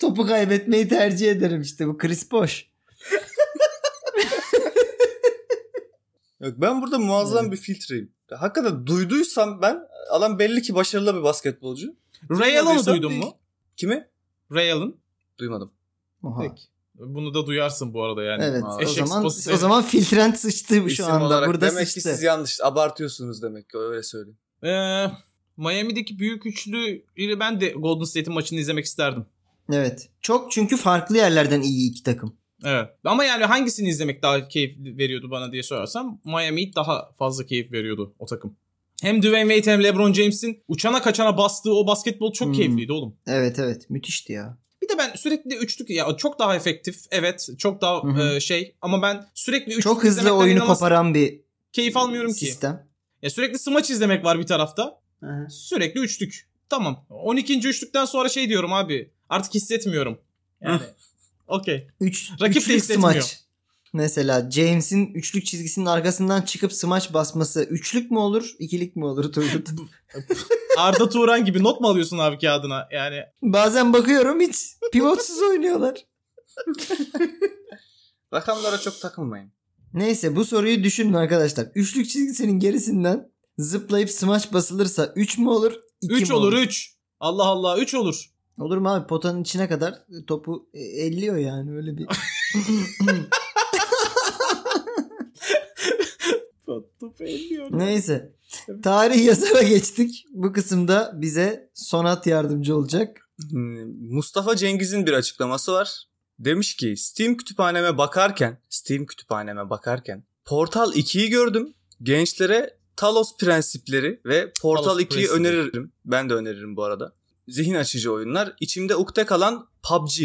B: topu kaybetmeyi tercih ederim işte bu Chris Bosh.
C: Yok, ben burada muazzam
B: Evet.
C: bir filtreyim. Ya, Hakikaten duyduysam ben adam belli ki başarılı bir basketbolcu.
D: Ray Allen'ı
C: Duymadıysam
D: duydun
C: değil.
D: mu?
C: Kimi?
D: Ray Allen.
C: Duymadım.
B: Oha.
D: Peki. Bunu da duyarsın bu arada yani.
B: Evet.
C: Aa,
B: O
D: eşek
B: zaman
D: spotu
B: o zaman filtren sıçtı
C: İsim
B: şu anda.
C: olarak
B: Burada
C: demek ki
B: sıçtı.
C: siz yanlış abartıyorsunuz demek ki öyle söyleyeyim.
D: Ee, Miami'deki büyük üçlü ile ben de Golden State'in maçını izlemek isterdim.
B: Evet. Çok çünkü farklı yerlerden iyi iki takım.
D: Evet. Ama yani hangisini izlemek daha keyif veriyordu bana diye sorarsam Miami daha fazla keyif veriyordu o takım. Hem Dwayne Wade hem LeBron James'in uçana kaçana bastığı o basketbol çok
B: Hmm.
D: keyifliydi oğlum.
B: Evet evet. Müthişti ya.
D: Bir de ben sürekli üçlük ya çok daha efektif. Evet, çok daha
B: Hı hı.
D: e, şey ama ben sürekli üçlük
B: Çok hızlı
D: izlemekten
B: oyunu
D: inanılmaz
B: koparan bir
D: keyif almıyorum ki.
B: sistem.
D: Ya sürekli smaç izlemek var bir tarafta.
B: Aha.
D: Sürekli üçlük. Tamam. 12. üçlükten sonra şey diyorum abi. Artık hissetmiyorum. Yani. Okey.
B: Üç,
D: Rakip de
B: üçlük
D: hissetmiyor.
B: smaç. Mesela James'in üçlük çizgisinin arkasından çıkıp smaç basması üçlük mü olur, ikilik mi olur Turgut?
D: Arda Turan gibi not mu alıyorsun abi kağıdına? Yani
B: Bazen bakıyorum hiç pivotsuz oynuyorlar.
C: Rakamlara çok takılmayın.
B: Neyse bu soruyu düşünün arkadaşlar. Üçlük çizgisinin gerisinden zıplayıp smaç basılırsa 3 mü olur?
D: 3 olur 3. Allah Allah 3 olur.
B: Olur mu abi potanın içine kadar topu e, elliyor yani öyle bir. Neyse. Tarih yazara geçtik. Bu kısımda bize Sonat yardımcı olacak.
C: Hmm, Mustafa Cengiz'in bir açıklaması var. Demiş ki Steam kütüphaneme bakarken, Steam kütüphaneme bakarken Portal 2'yi gördüm. Gençlere Talos prensipleri ve Portal
D: Talos
C: 2'yi
D: Prensibi.
C: öneririm. Ben de öneririm bu arada. Zihin açıcı oyunlar. İçimde ukde kalan PUBG.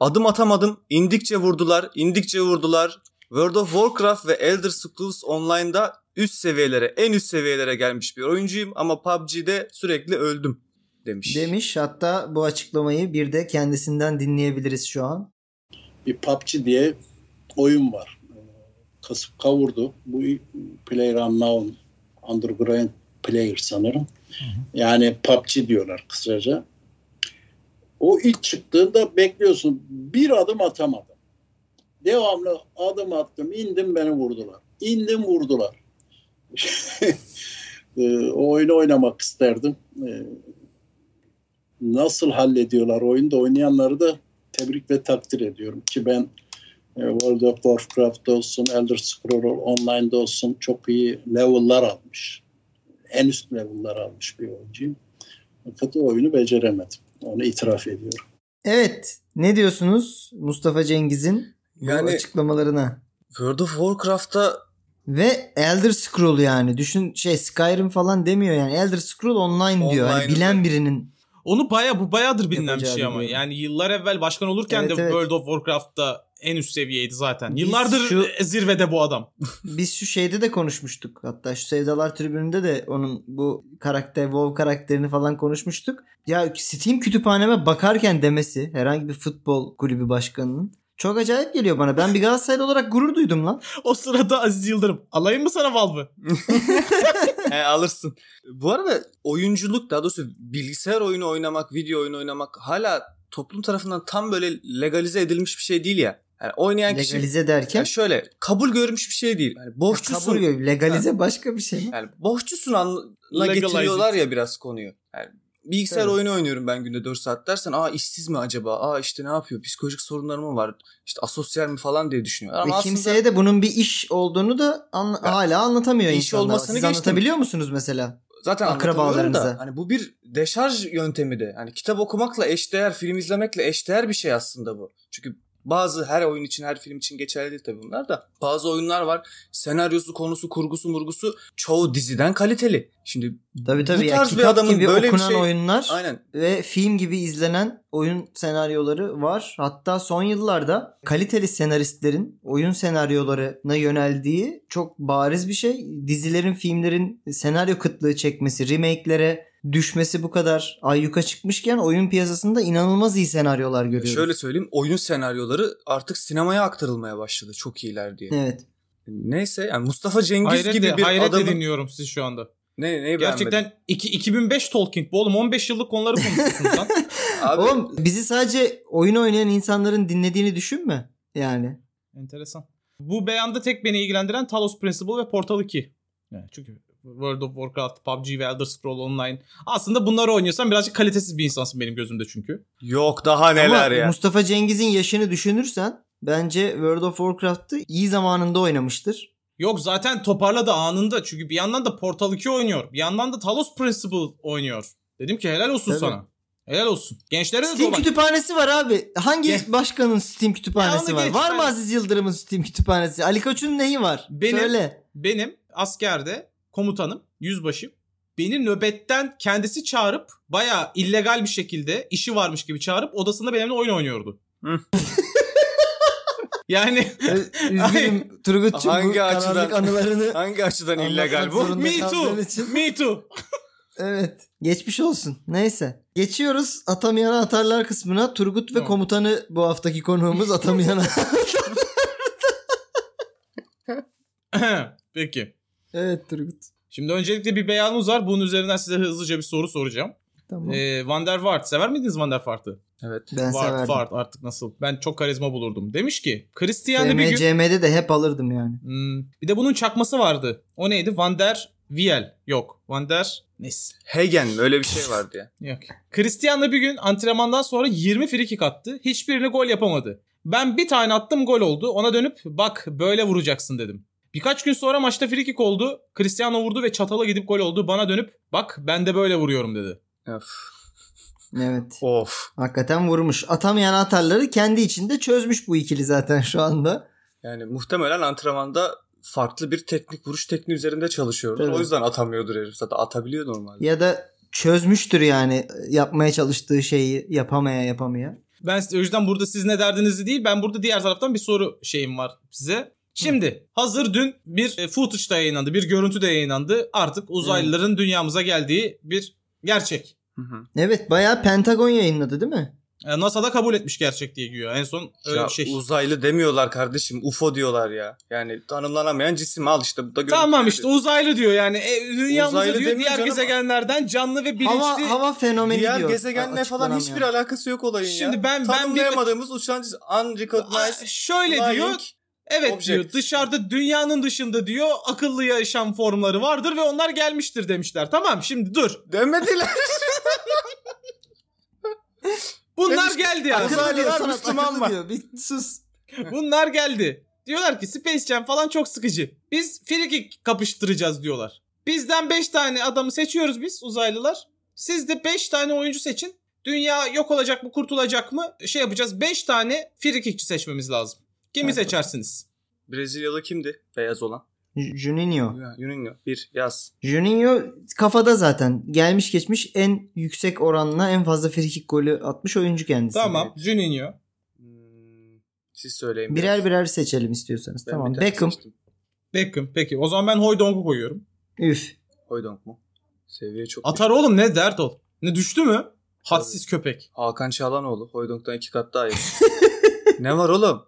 C: Adım atamadım. indikçe vurdular, indikçe vurdular. World of Warcraft ve Elder Scrolls Online'da üst seviyelere, en üst seviyelere gelmiş bir oyuncuyum ama PUBG'de sürekli öldüm demiş.
B: Demiş hatta bu açıklamayı bir de kendisinden dinleyebiliriz şu an.
E: bir PUBG diye oyun var. Ee, Kasıp kavurdu. Bu PlayerUnknown Underground Player sanırım. Yani PUBG diyorlar kısaca. O ilk çıktığında bekliyorsun. Bir adım atamadım. Devamlı adım attım. indim beni vurdular. İndim vurdular. Ee, o oyunu oynamak isterdim. Ee, Nasıl hallediyorlar oyunda oynayanları da tebrik ve takdir ediyorum ki ben e, World of Warcraft olsun, Elder Scrolls Online'da olsun çok iyi level'lar almış. En üst level'lar almış bir oyuncuyum. Fakat o oyunu beceremedim. Onu itiraf ediyorum.
B: Evet. Ne diyorsunuz Mustafa Cengiz'in bu
C: Yani-
B: açıklamalarına?
C: World of Warcraft'ta
B: Ve Elder Scroll yani. Düşün şey Skyrim falan demiyor yani. Elder Scroll online, diyor. Hani
C: Online'ı
B: bilen
C: da-
B: birinin.
D: Onu baya bu bayağıdır bilinen bir
B: Yapacağı
D: şey ama.
B: biliyorum.
D: Yani yıllar evvel başkan olurken
B: Evet,
D: de
B: evet.
D: World of Warcraft'ta en üst seviyeydi zaten.
B: Biz
D: Yıllardır e,
B: şu-
D: zirvede bu adam.
B: Biz şu şeyde de konuşmuştuk. Hatta şu Sevdalar Tribünü'nde de onun bu karakter, WoW karakterini falan konuşmuştuk. Ya Steam kütüphaneme bakarken demesi herhangi bir futbol kulübü başkanının çok acayip geliyor bana. Ben bir Galatasaraylı olarak gurur duydum lan.
D: O sırada Aziz Yıldırım. Alayım mı sana Valve'ı?
C: He, alırsın. Bu arada oyunculuk daha doğrusu bilgisayar oyunu oynamak, video oyunu oynamak hala toplum tarafından tam böyle legalize edilmiş bir şey değil ya. Yani oynayan kişi
B: Legalize derken
C: Yani şöyle kabul görmüş bir şey değil. Yani bohçusun.
B: kabul görüyor. Legalize başka bir şey mi?
C: yani bohçusunla
D: Legalize
C: getiriyorlar
D: it.
C: ya biraz konuyu. Yani Bilgisayar
B: Tabii.
C: oyunu oynuyorum ben günde 4 saat dersen aa işsiz mi acaba? Aa işte ne yapıyor? Psikolojik sorunları mı var? İşte asosyal mi falan diye düşünüyorlar. Ama
B: Ve
C: aslında
B: kimseye de bunun bir iş olduğunu da an-
C: Ya,
B: hala anlatamıyor
C: iş
B: insanlar.
C: olmasını
B: Siz
C: geçtim.
B: anlatabiliyor musunuz mesela?
C: zaten akrabalarınıza.
B: akrabalarınıza.
C: Da, hani bu bir deşarj yöntemi de. Hani kitap okumakla eşdeğer, film izlemekle eşdeğer bir şey aslında bu. Çünkü bazı her oyun için, her film için geçerli değil tabii bunlar da. Bazı oyunlar var. Senaryosu, konusu, kurgusu, murgusu çoğu diziden kaliteli. Şimdi
B: Tabii tabii. ya,
C: tarz bir
B: kitap
C: adamın
B: gibi
C: böyle bir
B: okunan
C: şey-
B: oyunlar
C: aynen
B: ve film gibi izlenen oyun senaryoları var. Hatta son yıllarda kaliteli senaristlerin oyun senaryolarına yöneldiği çok bariz bir şey. Dizilerin, filmlerin senaryo kıtlığı çekmesi, remake'lere düşmesi bu kadar ayyuka çıkmışken oyun piyasasında inanılmaz iyi senaryolar görüyoruz.
C: Şöyle söyleyeyim oyun senaryoları artık sinemaya aktarılmaya başladı çok iyiler diye.
B: Evet.
C: Neyse yani Mustafa Cengiz
D: Hayret,
C: gibi bir
D: hayret
C: adamın
D: dinliyorum sizi şu anda.
C: ne neyi beğenmedin?
D: Gerçekten iki, 2005 Tolkien bu oğlum 15 yıllık konuları konuşuyorsunuz lan.
C: Abi,
B: Oğlum bizi sadece oyun oynayan insanların dinlediğini düşünme. Yani
D: Enteresan. Bu beyanda tek beni ilgilendiren Talos Principle ve Portal 2. Yani çünkü World of Warcraft, PUBG ve Elder Scrolls Online. Aslında bunları oynuyorsan birazcık kalitesiz bir insansın benim gözümde çünkü.
C: yok daha neler
B: Ama
C: ya.
B: Mustafa Cengiz'in yaşını düşünürsen bence World of Warcraft'ı iyi zamanında oynamıştır.
D: Yok zaten toparladı anında. Çünkü bir yandan da Portal 2 oynuyor. Bir yandan da Talos Principle oynuyor. Dedim ki helal olsun
B: Tabii.
D: sana. Helal olsun. Gençlere de
B: Steam
D: dolan.
B: kütüphanesi var abi. Hangi
D: Ge-
B: başkanın Steam kütüphanesi
D: Ya onu
B: var?
D: geç,
B: Var mı
D: ben-
B: Aziz Yıldırım'ın Steam kütüphanesi? Ali Koç'un neyi var?
D: Benim-
B: Söyle.
D: Benim askerde komutanım, yüzbaşım beni nöbetten kendisi çağırıp bayağı illegal bir şekilde işi varmış gibi çağırıp odasında benimle oyun oynuyordu.
C: Hı.
D: yani
B: Üzgünüm Turgut'cum bu
C: Hangi
B: karanlık
C: açıdan-
B: anılarını
C: Hangi açıdan
B: Anlatmak
C: illegal bu?
B: zorunda
D: Me too.
B: kaldığın için-
D: me too.
B: Evet. Geçmiş olsun. Neyse. Geçiyoruz atamayana atarlar kısmına. Turgut ve
D: Tamam.
B: komutanı bu haftaki konuğumuz atamayana.
D: Peki.
B: evet Turgut.
D: Şimdi öncelikle bir beyanımız var. Bunun üzerinden size hızlıca bir soru soracağım.
B: Tamam.
D: Ee, Van der Vaart. Sever miydiniz Van der Vaart'ı?
C: Evet.
B: ben
D: Vaart,
B: severdim.
D: Vaart artık nasıl? Ben çok karizma bulurdum. Demiş ki Christian'ı bir gün...
B: CMCM'de de hep alırdım yani.
D: Hmm, bir de bunun çakması vardı. O neydi? Van der Viel. Yok. Van der... Neyse.
C: Hegen mi? öyle bir şey vardı ya.
D: Yok. Cristiano bir gün antrenmandan sonra 20 free kick attı. Hiçbirini gol yapamadı. Ben bir tane attım gol oldu. Ona dönüp bak böyle vuracaksın dedim. Birkaç gün sonra maçta free kick oldu. Cristiano vurdu ve çatala gidip gol oldu. Bana dönüp bak ben de böyle vuruyorum dedi.
C: Of.
B: Evet.
C: Of.
B: Hakikaten vurmuş. Atamayan atarları kendi içinde çözmüş bu ikili zaten şu anda.
C: Yani muhtemelen antrenmanda farklı bir teknik vuruş tekniği üzerinde çalışıyordu.
B: Tabii.
C: O yüzden atamıyordur herif zaten atabiliyor normalde.
B: Ya da çözmüştür yani yapmaya çalıştığı şeyi yapamaya yapamaya.
D: Ben size- o yüzden burada siz ne derdinizi değil ben burada diğer taraftan bir soru şeyim var size. Şimdi hazır dün bir e, footage da yayınlandı bir görüntü de yayınlandı. Artık uzaylıların dünyamıza geldiği bir gerçek.
C: Hı hı.
B: Evet bayağı Pentagon yayınladı değil mi?
D: E, NASA da kabul etmiş gerçek diye güya en son öyle
C: Ya
D: bir şey.
C: uzaylı demiyorlar kardeşim UFO diyorlar ya. Yani tanımlanamayan cisim al işte bu da
D: Tamam
C: görüntü.
D: işte uzaylı diyor yani. E, dünyamıza
C: Uzaylı
D: diyor
C: demiyor
D: diğer
C: canım.
D: gezegenlerden canlı ve bilinçli.
B: Hava, hava fenomeni
C: Diğer
B: diyor.
C: gezegenle falan hiçbir
B: Açıklanamayan.
C: alakası yok olayın ya.
D: Şimdi ben- ben bir-
C: Tanımlayamadığımız uçan
D: Aa,
C: unrecognized
D: Şöyle
C: flying-
D: diyor. Evet
C: object.
D: diyor dışarıda dünyanın dışında diyor akıllı yaşam formları vardır ve onlar gelmiştir demişler. Tamam şimdi dur.
C: Demediler.
D: Bunlar
C: Demiş-
D: geldi yani.
B: Akıllı diyor,
C: Uzaylılar
B: sana
C: Müslüman
B: akıllı
C: mı?
B: diyor. Bir sus.
D: Bunlar geldi. Diyorlar ki Space Jam falan çok sıkıcı. Biz frikik kapıştıracağız diyorlar. Bizden 5 tane adamı seçiyoruz biz uzaylılar. Siz de 5 tane oyuncu seçin. Dünya yok olacak mı kurtulacak mı şey yapacağız. 5 tane frikikçi seçmemiz lazım. Kimi
B: Evet.
D: seçersiniz?
C: Brezilyalı kimdi? Beyaz olan.
B: J- Juninho.
C: Juninho. Bir yaz.
B: Juninho kafada zaten. Gelmiş geçmiş en yüksek oranla en fazla frikik golü atmış oyuncu kendisi.
D: Tamam Juninho.
C: Hmm, siz söyleyin.
B: Birer
C: biraz.
B: birer seçelim istiyorsanız.
C: Ben
B: tamam.
C: bir tane
B: Beckham.
C: seçtim.
D: Beckham peki. O zaman ben Hoydong'u koyuyorum.
B: Üf.
C: Hoydonk mu? Seviye çok.
D: Atar oğlum ne dert ol. Ne düştü mü? Hadsiz köpek.
C: Hakan Çağlanoğlu. Hoydonk'tan iki kat daha iyi. ne var oğlum?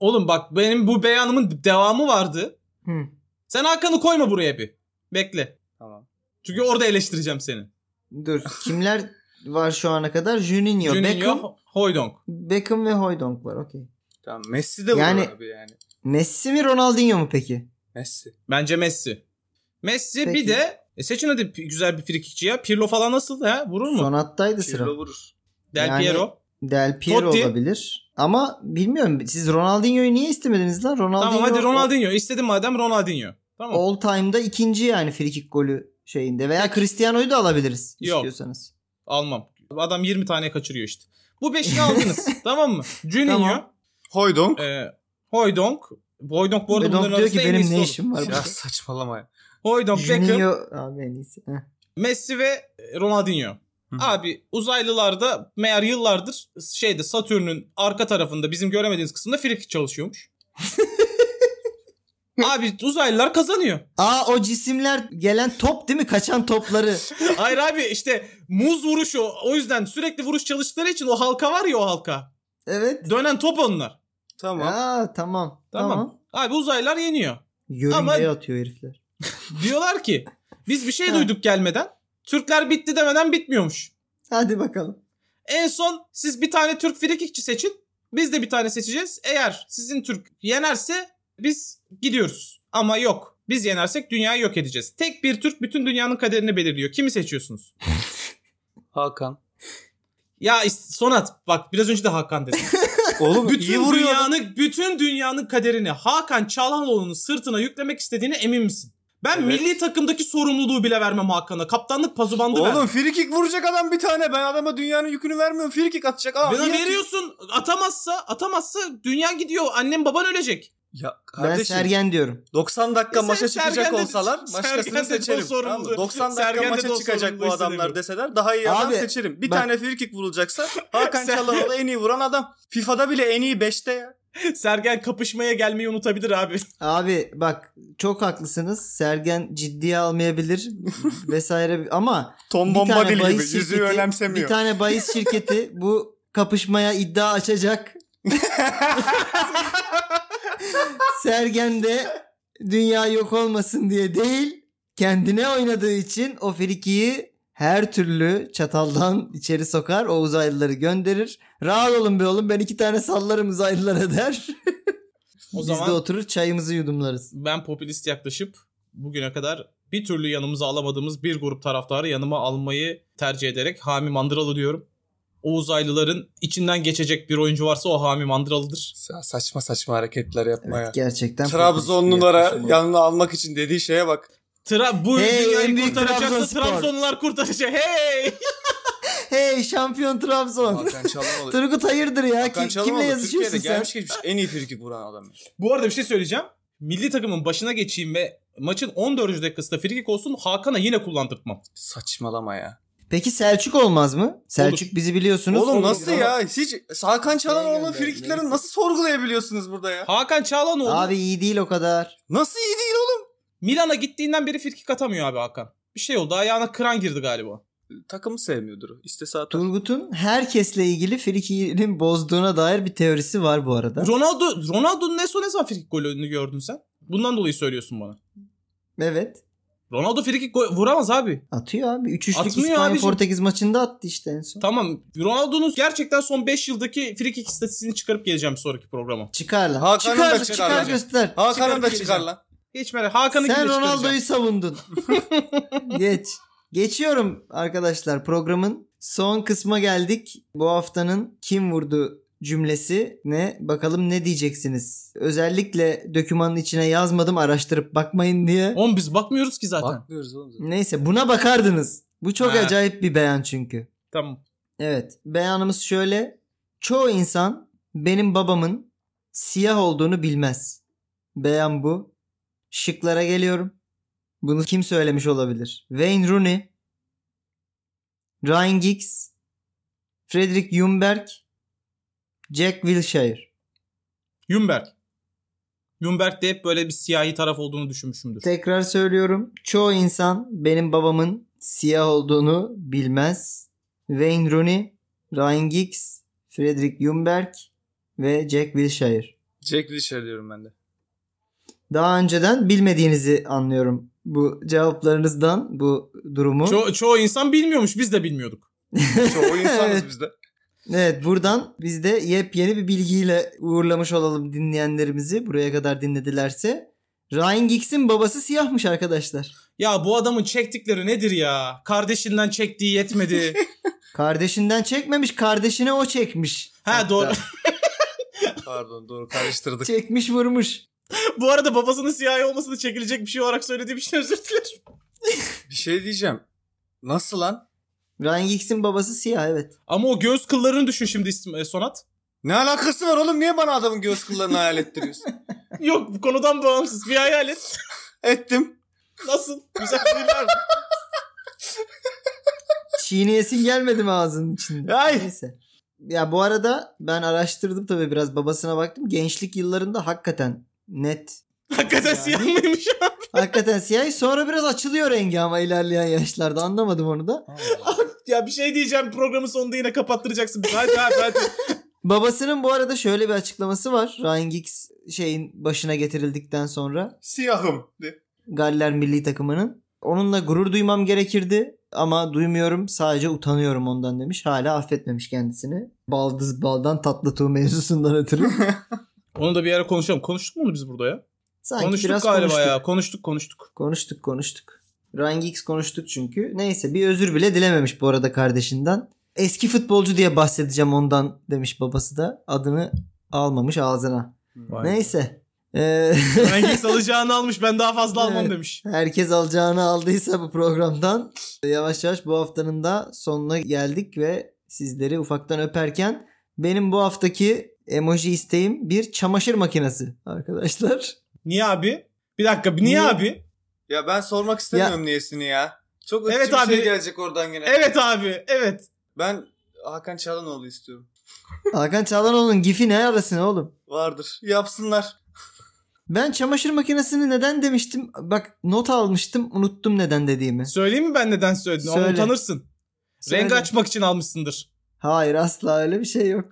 D: Oğlum bak benim bu beyanımın devamı vardı.
B: Hı.
D: Sen Hakan'ı koyma buraya bir. Bekle.
C: Tamam.
D: Çünkü orada eleştireceğim seni.
B: Dur. Kimler var şu ana kadar? Juninho,
D: Juninho,
B: Beckham,
D: Hoydong.
B: Beckham ve Hoydonk var. Okey.
C: Tamam. Messi de vurur
B: Yani-
C: abi yani.
B: Messi mi Ronaldinho mu peki?
C: Messi.
D: Bence Messi. Messi
B: Peki.
D: bir de E seçin hadi p- güzel bir frikikçi ya. Pirlo falan nasıl ha? Vurur mu?
B: Sonattaydı sıra.
C: Pirlo vurur.
D: Del
B: Yani-
D: Piero.
B: Del Piero
D: Totti.
B: olabilir. Ama bilmiyorum siz Ronaldinho'yu niye istemediniz lan? Ronaldinho,
D: Tamam hadi Ronaldinho. İstedim madem Ronaldinho. Tamam.
B: All time'da ikinci yani frikik golü şeyinde. Veya Cristiano'yu da alabiliriz
D: Yok.
B: istiyorsanız.
D: Almam. Adam 20 tane kaçırıyor işte. Bu beşini aldınız. tamam mı? Juninho.
B: Tamam.
C: Hoydonk.
D: E, Hoydonk. Hoydonk bu arada
B: Bedonk
D: bunların
B: diyor
D: arasında
B: ki
D: en
B: benim
D: iyisi
B: ne
D: olur.
B: işim var burada?
C: Ya saçmalama ya.
D: Hoydonk, Beckham,
B: Juninho abi en iyisi. Heh.
D: Messi ve e, Ronaldinho.
C: Hı hı.
D: Abi uzaylılarda meğer yıllardır şeyde Satürn'ün arka tarafında bizim göremediğiniz kısımda frikik çalışıyormuş. Abi uzaylılar kazanıyor.
B: Aa o cisimler gelen top değil mi? Kaçan topları.
D: Hayır abi işte muz vuruşu o yüzden sürekli vuruş çalıştıkları için o halka var ya o halka.
B: Evet.
D: Dönen top onlar.
C: Tamam.
B: Aa tamam.
D: Tamam.
B: Tamam.
D: Abi uzaylılar yeniyor.
B: Yörüngeye atıyor herifler.
D: Diyorlar ki biz bir şey
B: Ha.
D: duyduk gelmeden. Türkler bitti demeden bitmiyormuş.
B: Hadi bakalım.
D: En son siz bir tane Türk frikikçi seçin. Biz de bir tane seçeceğiz. Eğer sizin Türk yenerse biz gidiyoruz. Ama yok. Biz yenersek dünyayı yok edeceğiz. Tek bir Türk bütün dünyanın kaderini belirliyor. Kimi seçiyorsunuz?
C: Hakan.
D: Ya is- Sonat bak biraz önce de Hakan dedi.
C: Oğlum iyi
D: bütün
C: vuruyor.
D: dünyanın bütün dünyanın kaderini Hakan Çalhanoğlu'nun sırtına yüklemek istediğine emin misin? Ben
C: Evet.
D: milli takımdaki sorumluluğu bile vermem Hakan'a. Kaptanlık pazubandı ver.
C: Oğlum frikik vuracak adam bir tane. Ben adama dünyanın yükünü vermiyorum. Frikik atacak. Aa,
D: Bana
C: iyi atıyor.
D: veriyorsun. Atamazsa, atamazsa dünya gidiyor. Annem baban ölecek.
C: Ya
B: Ben
C: kardeşim.
B: Sergen diyorum.
C: 90 dakika
D: E sen
C: maça çıkacak
D: Sergen de-
C: olsalar
D: Sergen de
C: başkasını seçerim.
D: sorumlu.
C: Tamam mı? 90 dakika
D: Sergen de
C: maça
D: doğru
C: çıkacak bu
D: sorumluluğu
C: adamlar
D: hissediyorum.
C: deseler daha iyi adam
B: Abi,
C: seçerim. Bir
B: bak-
C: tane frikik vurulacaksa Hakan
D: Sen-
C: Çalhanoğlu en iyi vuran adam. FIFA'da bile en iyi 5'te ya.
D: Sergen kapışmaya gelmeyi unutabilir abi.
B: Abi bak çok haklısınız. Sergen ciddiye almayabilir vesaire ama
C: Tom
B: bir tane
C: Bombadil gibi
B: bahis
C: yüzüğü
B: şirketi, bir
C: önemsemiyor.
B: tane bahis şirketi bu kapışmaya iddia açacak. Sergen de dünya yok olmasın diye değil, kendine oynadığı için o frikiyi her türlü çataldan içeri sokar, o uzaylıları gönderir. Rahat olun be oğlum ben iki tane sallarım uzaylılara der.
D: O
B: Biz
D: zaman-
B: de oturur çayımızı yudumlarız.
D: Ben popülist yaklaşıp bugüne kadar bir türlü yanımıza alamadığımız bir grup taraftarı yanıma almayı tercih ederek Hami Mandıralı diyorum. O uzaylıların içinden geçecek bir oyuncu varsa o Hami Mandıralı'dır.
C: Sa- saçma saçma hareketler yapma
B: Evet, gerçekten.
C: ya. Trabzonlulara
B: popülist bir şey yaklaşım
C: yanına almak için dediği şeye bak.
D: Tra bu
B: Hey, en
D: dünyayı
B: büyük
D: kurtaracaksa
B: Trabzonspor.
D: Trabzonlular kurtaracak. Hey!
B: oldu. Hey şampiyon Trabzon.
C: Hakan Çalhanoğlu.
B: Turgut hayırdır ya?
C: Hakan
B: Ki-
C: Çalhanoğlu
B: kimle
C: Türkiye'de
B: yazışıyorsun sen?
C: gelmiş geçmiş en iyi frikik vuran adam.
D: Bu arada bir şey söyleyeceğim. Milli takımın başına geçeyim ve maçın 14. dakikasında frikik olsun Hakan'a yine kullandırtmam.
C: Saçmalama ya.
B: Peki Selçuk olmaz mı? Selçuk bizi biliyorsunuz.
C: Oğlum
B: Olur.
C: nasıl ya? Hiç Hakan Çalhanoğlu'nun
B: gönder,
C: frikiklerini
B: neyse.
C: nasıl sorgulayabiliyorsunuz burada ya?
D: Hakan Çalhanoğlu
B: Abi iyi değil o kadar.
C: Nasıl iyi değil oğlum?
D: Milan'a gittiğinden beri frikik atamıyor abi Hakan. Bir şey oldu ayağına kıran girdi galiba.
C: Takımı sevmiyordur. o. İstese atar.
B: Turgut'un herkesle ilgili frikinin bozduğuna dair bir teorisi var bu arada.
D: Ronaldo Ronaldo'nun en son ne zaman frikik golünü gördün sen? Bundan dolayı söylüyorsun bana.
B: Evet.
D: Ronaldo frikik gol vuramaz abi.
B: Atıyor abi. 3-3'lük
D: Atmıyor
B: İspanya
D: abicim.
B: Portekiz maçında attı işte en son.
D: Tamam. Ronaldo'nun gerçekten son 5 yıldaki frikik istatistiğini çıkarıp geleceğim bir sonraki programa.
B: Çıkar lan.
C: Hakan'ın
B: çıkar,
C: da
B: çıkar,
C: çıkar lan.
B: göster.
C: Hakan'ı
D: Çıkarıp
C: da çıkar şey
D: geleceğim.
C: lan.
D: Geç merak. Hakan'ı
B: Sen
D: gibi
B: Ronaldo'yu savundun. Geç. Geçiyorum arkadaşlar programın son kısma geldik. Bu haftanın kim vurdu cümlesi ne bakalım ne diyeceksiniz. Özellikle dökümanın içine yazmadım araştırıp bakmayın diye.
D: Oğlum biz bakmıyoruz ki zaten.
C: Bakmıyoruz oğlum. zaten.
B: Neyse buna bakardınız. Bu çok
D: Ha.
B: acayip bir beyan çünkü.
D: Tamam.
B: Evet beyanımız şöyle. Çoğu insan benim babamın siyah olduğunu bilmez. Beyan bu. Şıklara geliyorum. Bunu kim söylemiş olabilir? Wayne Rooney, Ryan Giggs, Frederick Jumberg, Jack Wilshere.
D: Yumberk. Yumberk de hep böyle bir siyahi taraf olduğunu düşünmüşümdür.
B: Tekrar söylüyorum. Çoğu insan benim babamın siyah olduğunu bilmez. Wayne Rooney, Ryan Giggs, Frederick Jumberg ve Jack Wilshere.
C: Jack Wilshere diyorum ben de.
B: Daha önceden bilmediğinizi anlıyorum bu cevaplarınızdan bu durumu.
D: Ço- çoğu insan bilmiyormuş biz de bilmiyorduk.
C: Çoğu
B: Evet.
C: insanız biz de.
B: Evet buradan biz de yepyeni bir bilgiyle uğurlamış olalım dinleyenlerimizi buraya kadar dinledilerse. Ryan Giggs'in babası siyahmış arkadaşlar.
D: Ya bu adamın çektikleri nedir ya? Kardeşinden çektiği yetmedi.
B: Kardeşinden çekmemiş kardeşine o çekmiş.
D: ha doğru.
C: Pardon doğru karıştırdık.
B: Çekmiş vurmuş.
D: bu arada babasının siyahi olmasını çekilecek bir şey olarak söylediğim için özür dilerim.
C: bir şey diyeceğim. Nasıl lan?
B: Ryan Giggs'in babası siyah evet.
D: Ama o göz kıllarını düşün şimdi İsm- e, Sonat.
C: Ne alakası var oğlum? Niye bana adamın göz kıllarını hayal ettiriyorsun?
D: Yok bu konudan bağımsız bir hayal et.
C: Ettim.
D: Nasıl? Güzel değiller mi?
B: Çiğneyesin gelmedi mi ağzının içinde?
C: Ay!
B: Neyse. Ya bu arada ben araştırdım tabii biraz babasına baktım. Gençlik yıllarında hakikaten net.
D: Hakikaten
B: Yani.
D: siyah mıymış?
B: Hakikaten siyah. Sonra biraz açılıyor rengi ama ilerleyen yaşlarda anlamadım onu da.
D: ya bir şey diyeceğim programın sonunda yine kapattıracaksın bizi. Hadi hadi hadi.
B: Babasının bu arada şöyle bir açıklaması var. Ryan Giggs şeyin başına getirildikten sonra
C: Siyahım. De.
B: Galler milli takımının. Onunla gurur duymam gerekirdi ama duymuyorum sadece utanıyorum ondan demiş. Hala affetmemiş kendisini. Baldız baldan tatlı tuğ mevzusundan ötürü.
D: Onu da bir ara konuşalım. Konuştuk mu onu biz burada ya?
B: Sanki
D: konuştuk
B: biraz
D: galiba
B: konuştuk.
D: ya. Konuştuk konuştuk.
B: Konuştuk konuştuk. Ryan Giggs konuştuk çünkü. Neyse bir özür bile dilememiş bu arada kardeşinden. Eski futbolcu diye bahsedeceğim ondan demiş babası da. Adını almamış ağzına. Neyse. Ee,
D: Rengis alacağını almış ben daha fazla almam
B: Evet.
D: demiş.
B: herkes alacağını aldıysa bu programdan yavaş yavaş bu haftanın da sonuna geldik ve sizleri ufaktan öperken benim bu haftaki emoji isteğim bir çamaşır makinesi arkadaşlar.
D: Niye abi? Bir dakika niye,
B: Niye?
D: abi?
C: Ya ben sormak istemiyorum niyesini ya. Çok ırkçı
D: Evet
C: bir
D: abi.
C: şey gelecek oradan gene.
D: Evet abi evet.
C: Ben Hakan Çalanoğlu istiyorum.
B: Hakan Çağlanoğlu'nun gifi ne arasın oğlum?
C: Vardır. Yapsınlar.
B: Ben çamaşır makinesini neden demiştim? Bak not almıştım unuttum neden dediğimi.
D: Söyleyeyim mi ben neden söyledim? Ama
B: Söyle.
D: utanırsın.
B: Söyle.
D: Rengi açmak için almışsındır.
B: Hayır asla öyle bir şey yok.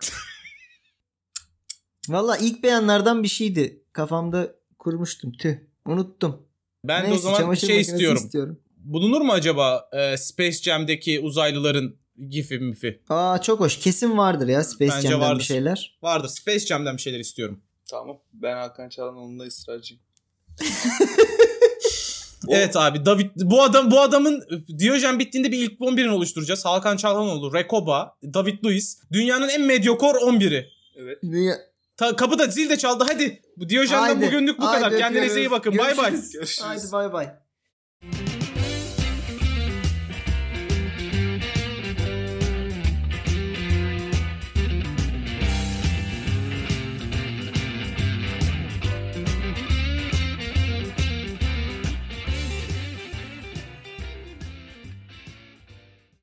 B: Valla ilk beyanlardan bir şeydi. Kafamda kurmuştum tüh. Unuttum.
D: Ben de o
B: Neyse,
D: zaman
B: çamaşır
D: şey
B: makinesi
D: istiyorum.
B: istiyorum.
D: Bulunur mu acaba e, Space Jam'deki uzaylıların gifi mifi?
B: Aa çok hoş. Kesin vardır ya Space
D: Bence
B: Jam'den
D: vardır.
B: bir şeyler.
D: Vardır. Space Jam'den bir şeyler istiyorum.
C: Tamam. Ben Hakan Çalanoğlu'nda ısrarcıyım.
D: Evet abi David bu adam bu adamın Diyojen bittiğinde bir ilk 11'ini oluşturacağız. Hakan Çalhanoğlu, Rekoba, David Luiz dünyanın en medyokor 11'i.
C: Evet.
B: Dünya-
D: Ta, kapıda zil de çaldı hadi. Bu Diyojen'den
B: Haydi,
D: bugünlük bu
B: haydi,
D: kadar. Kendinize iyi
B: öpüyoruz.
D: bakın. Bay bay.
B: Görüşürüz.
C: Görüşürüz.
B: Haydi bay bay.